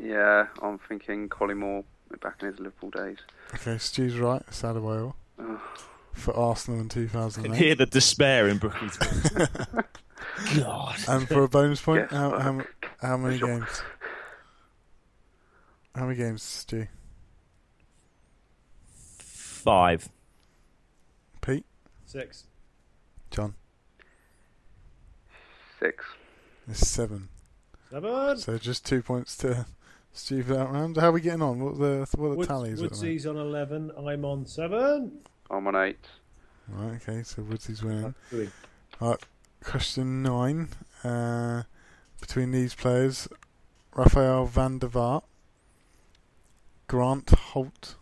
Speaker 4: Yeah, I'm thinking Collymore back in his Liverpool days.
Speaker 1: Okay, Stu's right. It's Adebayor
Speaker 4: Ugh.
Speaker 1: for Arsenal in
Speaker 3: I can
Speaker 1: 2008.
Speaker 3: hear the despair in Brookly's voice. God.
Speaker 1: And for a bonus point,
Speaker 4: Yes,
Speaker 1: how, how, how many
Speaker 4: Sure.
Speaker 1: games? How many games, Stu?
Speaker 3: Five.
Speaker 1: Pete,
Speaker 2: Six.
Speaker 1: John,
Speaker 4: Six.
Speaker 1: it's seven.
Speaker 2: Seven.
Speaker 1: So just two points to Stu for that round. How are we getting on? What are the what are the
Speaker 2: Woods-
Speaker 1: tallies? at the moment?
Speaker 2: Woodsy's on 11. I'm on 7.
Speaker 4: I'm on eight.
Speaker 1: Right, okay. So Woodsy's winning.
Speaker 2: Brilliant.
Speaker 1: All right, question nine. Uh, between these players, Raphael van der Vaart, Grant Holt,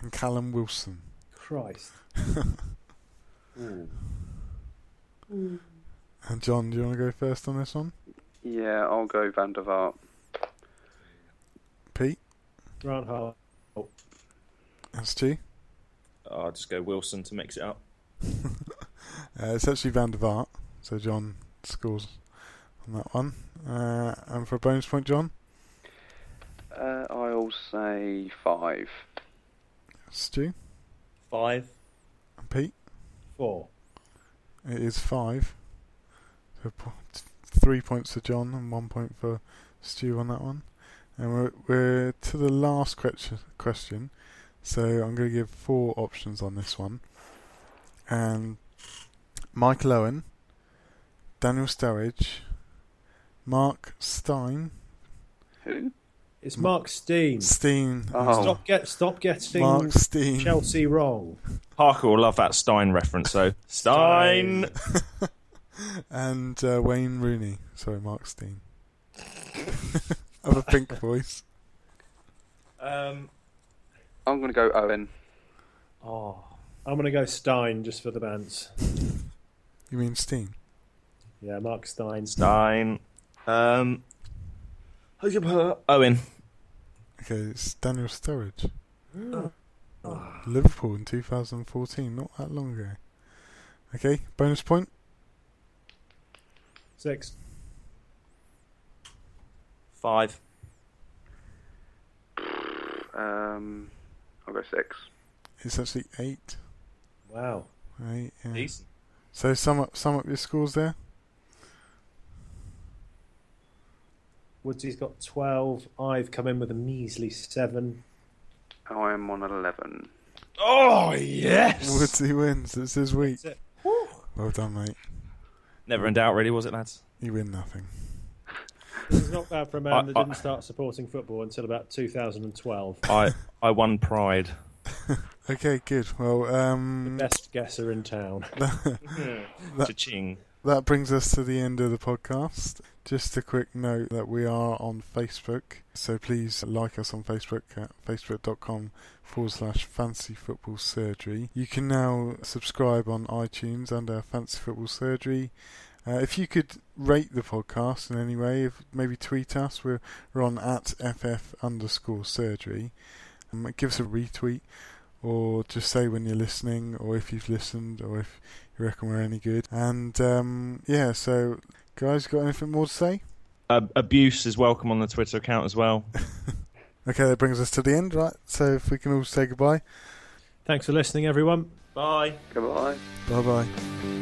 Speaker 1: and Callum Wilson.
Speaker 2: Christ.
Speaker 1: And John, do you want to go first on this one?
Speaker 4: Yeah, I'll go Van der Vaart.
Speaker 1: Pete
Speaker 2: Grant Hart.
Speaker 1: and Stu.
Speaker 3: I'll just go Wilson to mix it up.
Speaker 1: Uh, it's actually Van der Vaart, so John scores on that one. Uh, and for a bonus point, John,
Speaker 4: Uh, I'll say five.
Speaker 1: Stu,
Speaker 3: Five.
Speaker 1: and Pete,
Speaker 2: 4.
Speaker 1: It is five. So po- three points for John and one point for Stu on that one. And we're, we're to the last question, question. So I'm going to give four options on this one. And Michael Owen, Daniel Sturridge, Mark Stein,
Speaker 4: Who?
Speaker 2: It's Mark Steen.
Speaker 1: Steen,
Speaker 4: Oh.
Speaker 2: Stop get stop getting
Speaker 1: Mark Steen,
Speaker 2: Chelsea wrong.
Speaker 3: Parker will love that Stein reference, though. Stein!
Speaker 1: and uh, Wayne Rooney. Sorry, Mark Steen. Have a pink voice.
Speaker 3: Um,
Speaker 4: I'm going to go Owen.
Speaker 3: oh.
Speaker 2: I'm gonna go Stein just for the bands.
Speaker 1: You mean Steen?
Speaker 2: Yeah, Mark Stein.
Speaker 3: Stein. Um, who's your per- Owen.
Speaker 1: Okay, it's Daniel Sturridge.
Speaker 2: Ah.
Speaker 1: Liverpool in 2014, not that long ago. Okay, bonus point.
Speaker 2: Six.
Speaker 3: Five.
Speaker 4: Um, I'll go six.
Speaker 1: It's actually eight.
Speaker 2: Wow.
Speaker 1: Right, yeah.
Speaker 3: Decent.
Speaker 1: So sum up, sum up your scores there.
Speaker 2: Woodsy's got twelve. I've come in with a measly seven.
Speaker 4: I am on 11.
Speaker 3: Oh, yes!
Speaker 1: Woodsy wins. It's his week.
Speaker 2: That's it.
Speaker 1: Well done, mate.
Speaker 3: Never in doubt, really, was it, lads?
Speaker 1: You win nothing.
Speaker 2: This is not bad for a man
Speaker 3: I-
Speaker 2: that
Speaker 3: I-
Speaker 2: didn't start supporting football until about 2012.
Speaker 3: I, I won pride.
Speaker 1: Okay, good. Well, um,
Speaker 3: Mm.
Speaker 2: Best guesser in town.
Speaker 3: Hmm. Cha-ching.
Speaker 1: that brings us to the end of the podcast. Just a quick note that we are on Facebook, so please like us on Facebook at facebook.com forward slash fancy football surgery. You can now subscribe on iTunes under fancy football surgery. Uh, if you could rate the podcast in any way, if, maybe tweet us, we're, we're on at ff underscore surgery. Um, give us a retweet or just say when you're listening or if you've listened or if you reckon we're any good. And um, yeah, so guys, got anything more to say?
Speaker 3: Uh, abuse is welcome on the Twitter account as well.
Speaker 1: Okay, that brings us to the end, right? So if we can all say goodbye,
Speaker 2: Thanks for listening, everyone.
Speaker 3: Bye.
Speaker 4: Goodbye.
Speaker 1: bye bye.
Speaker 2: Bye.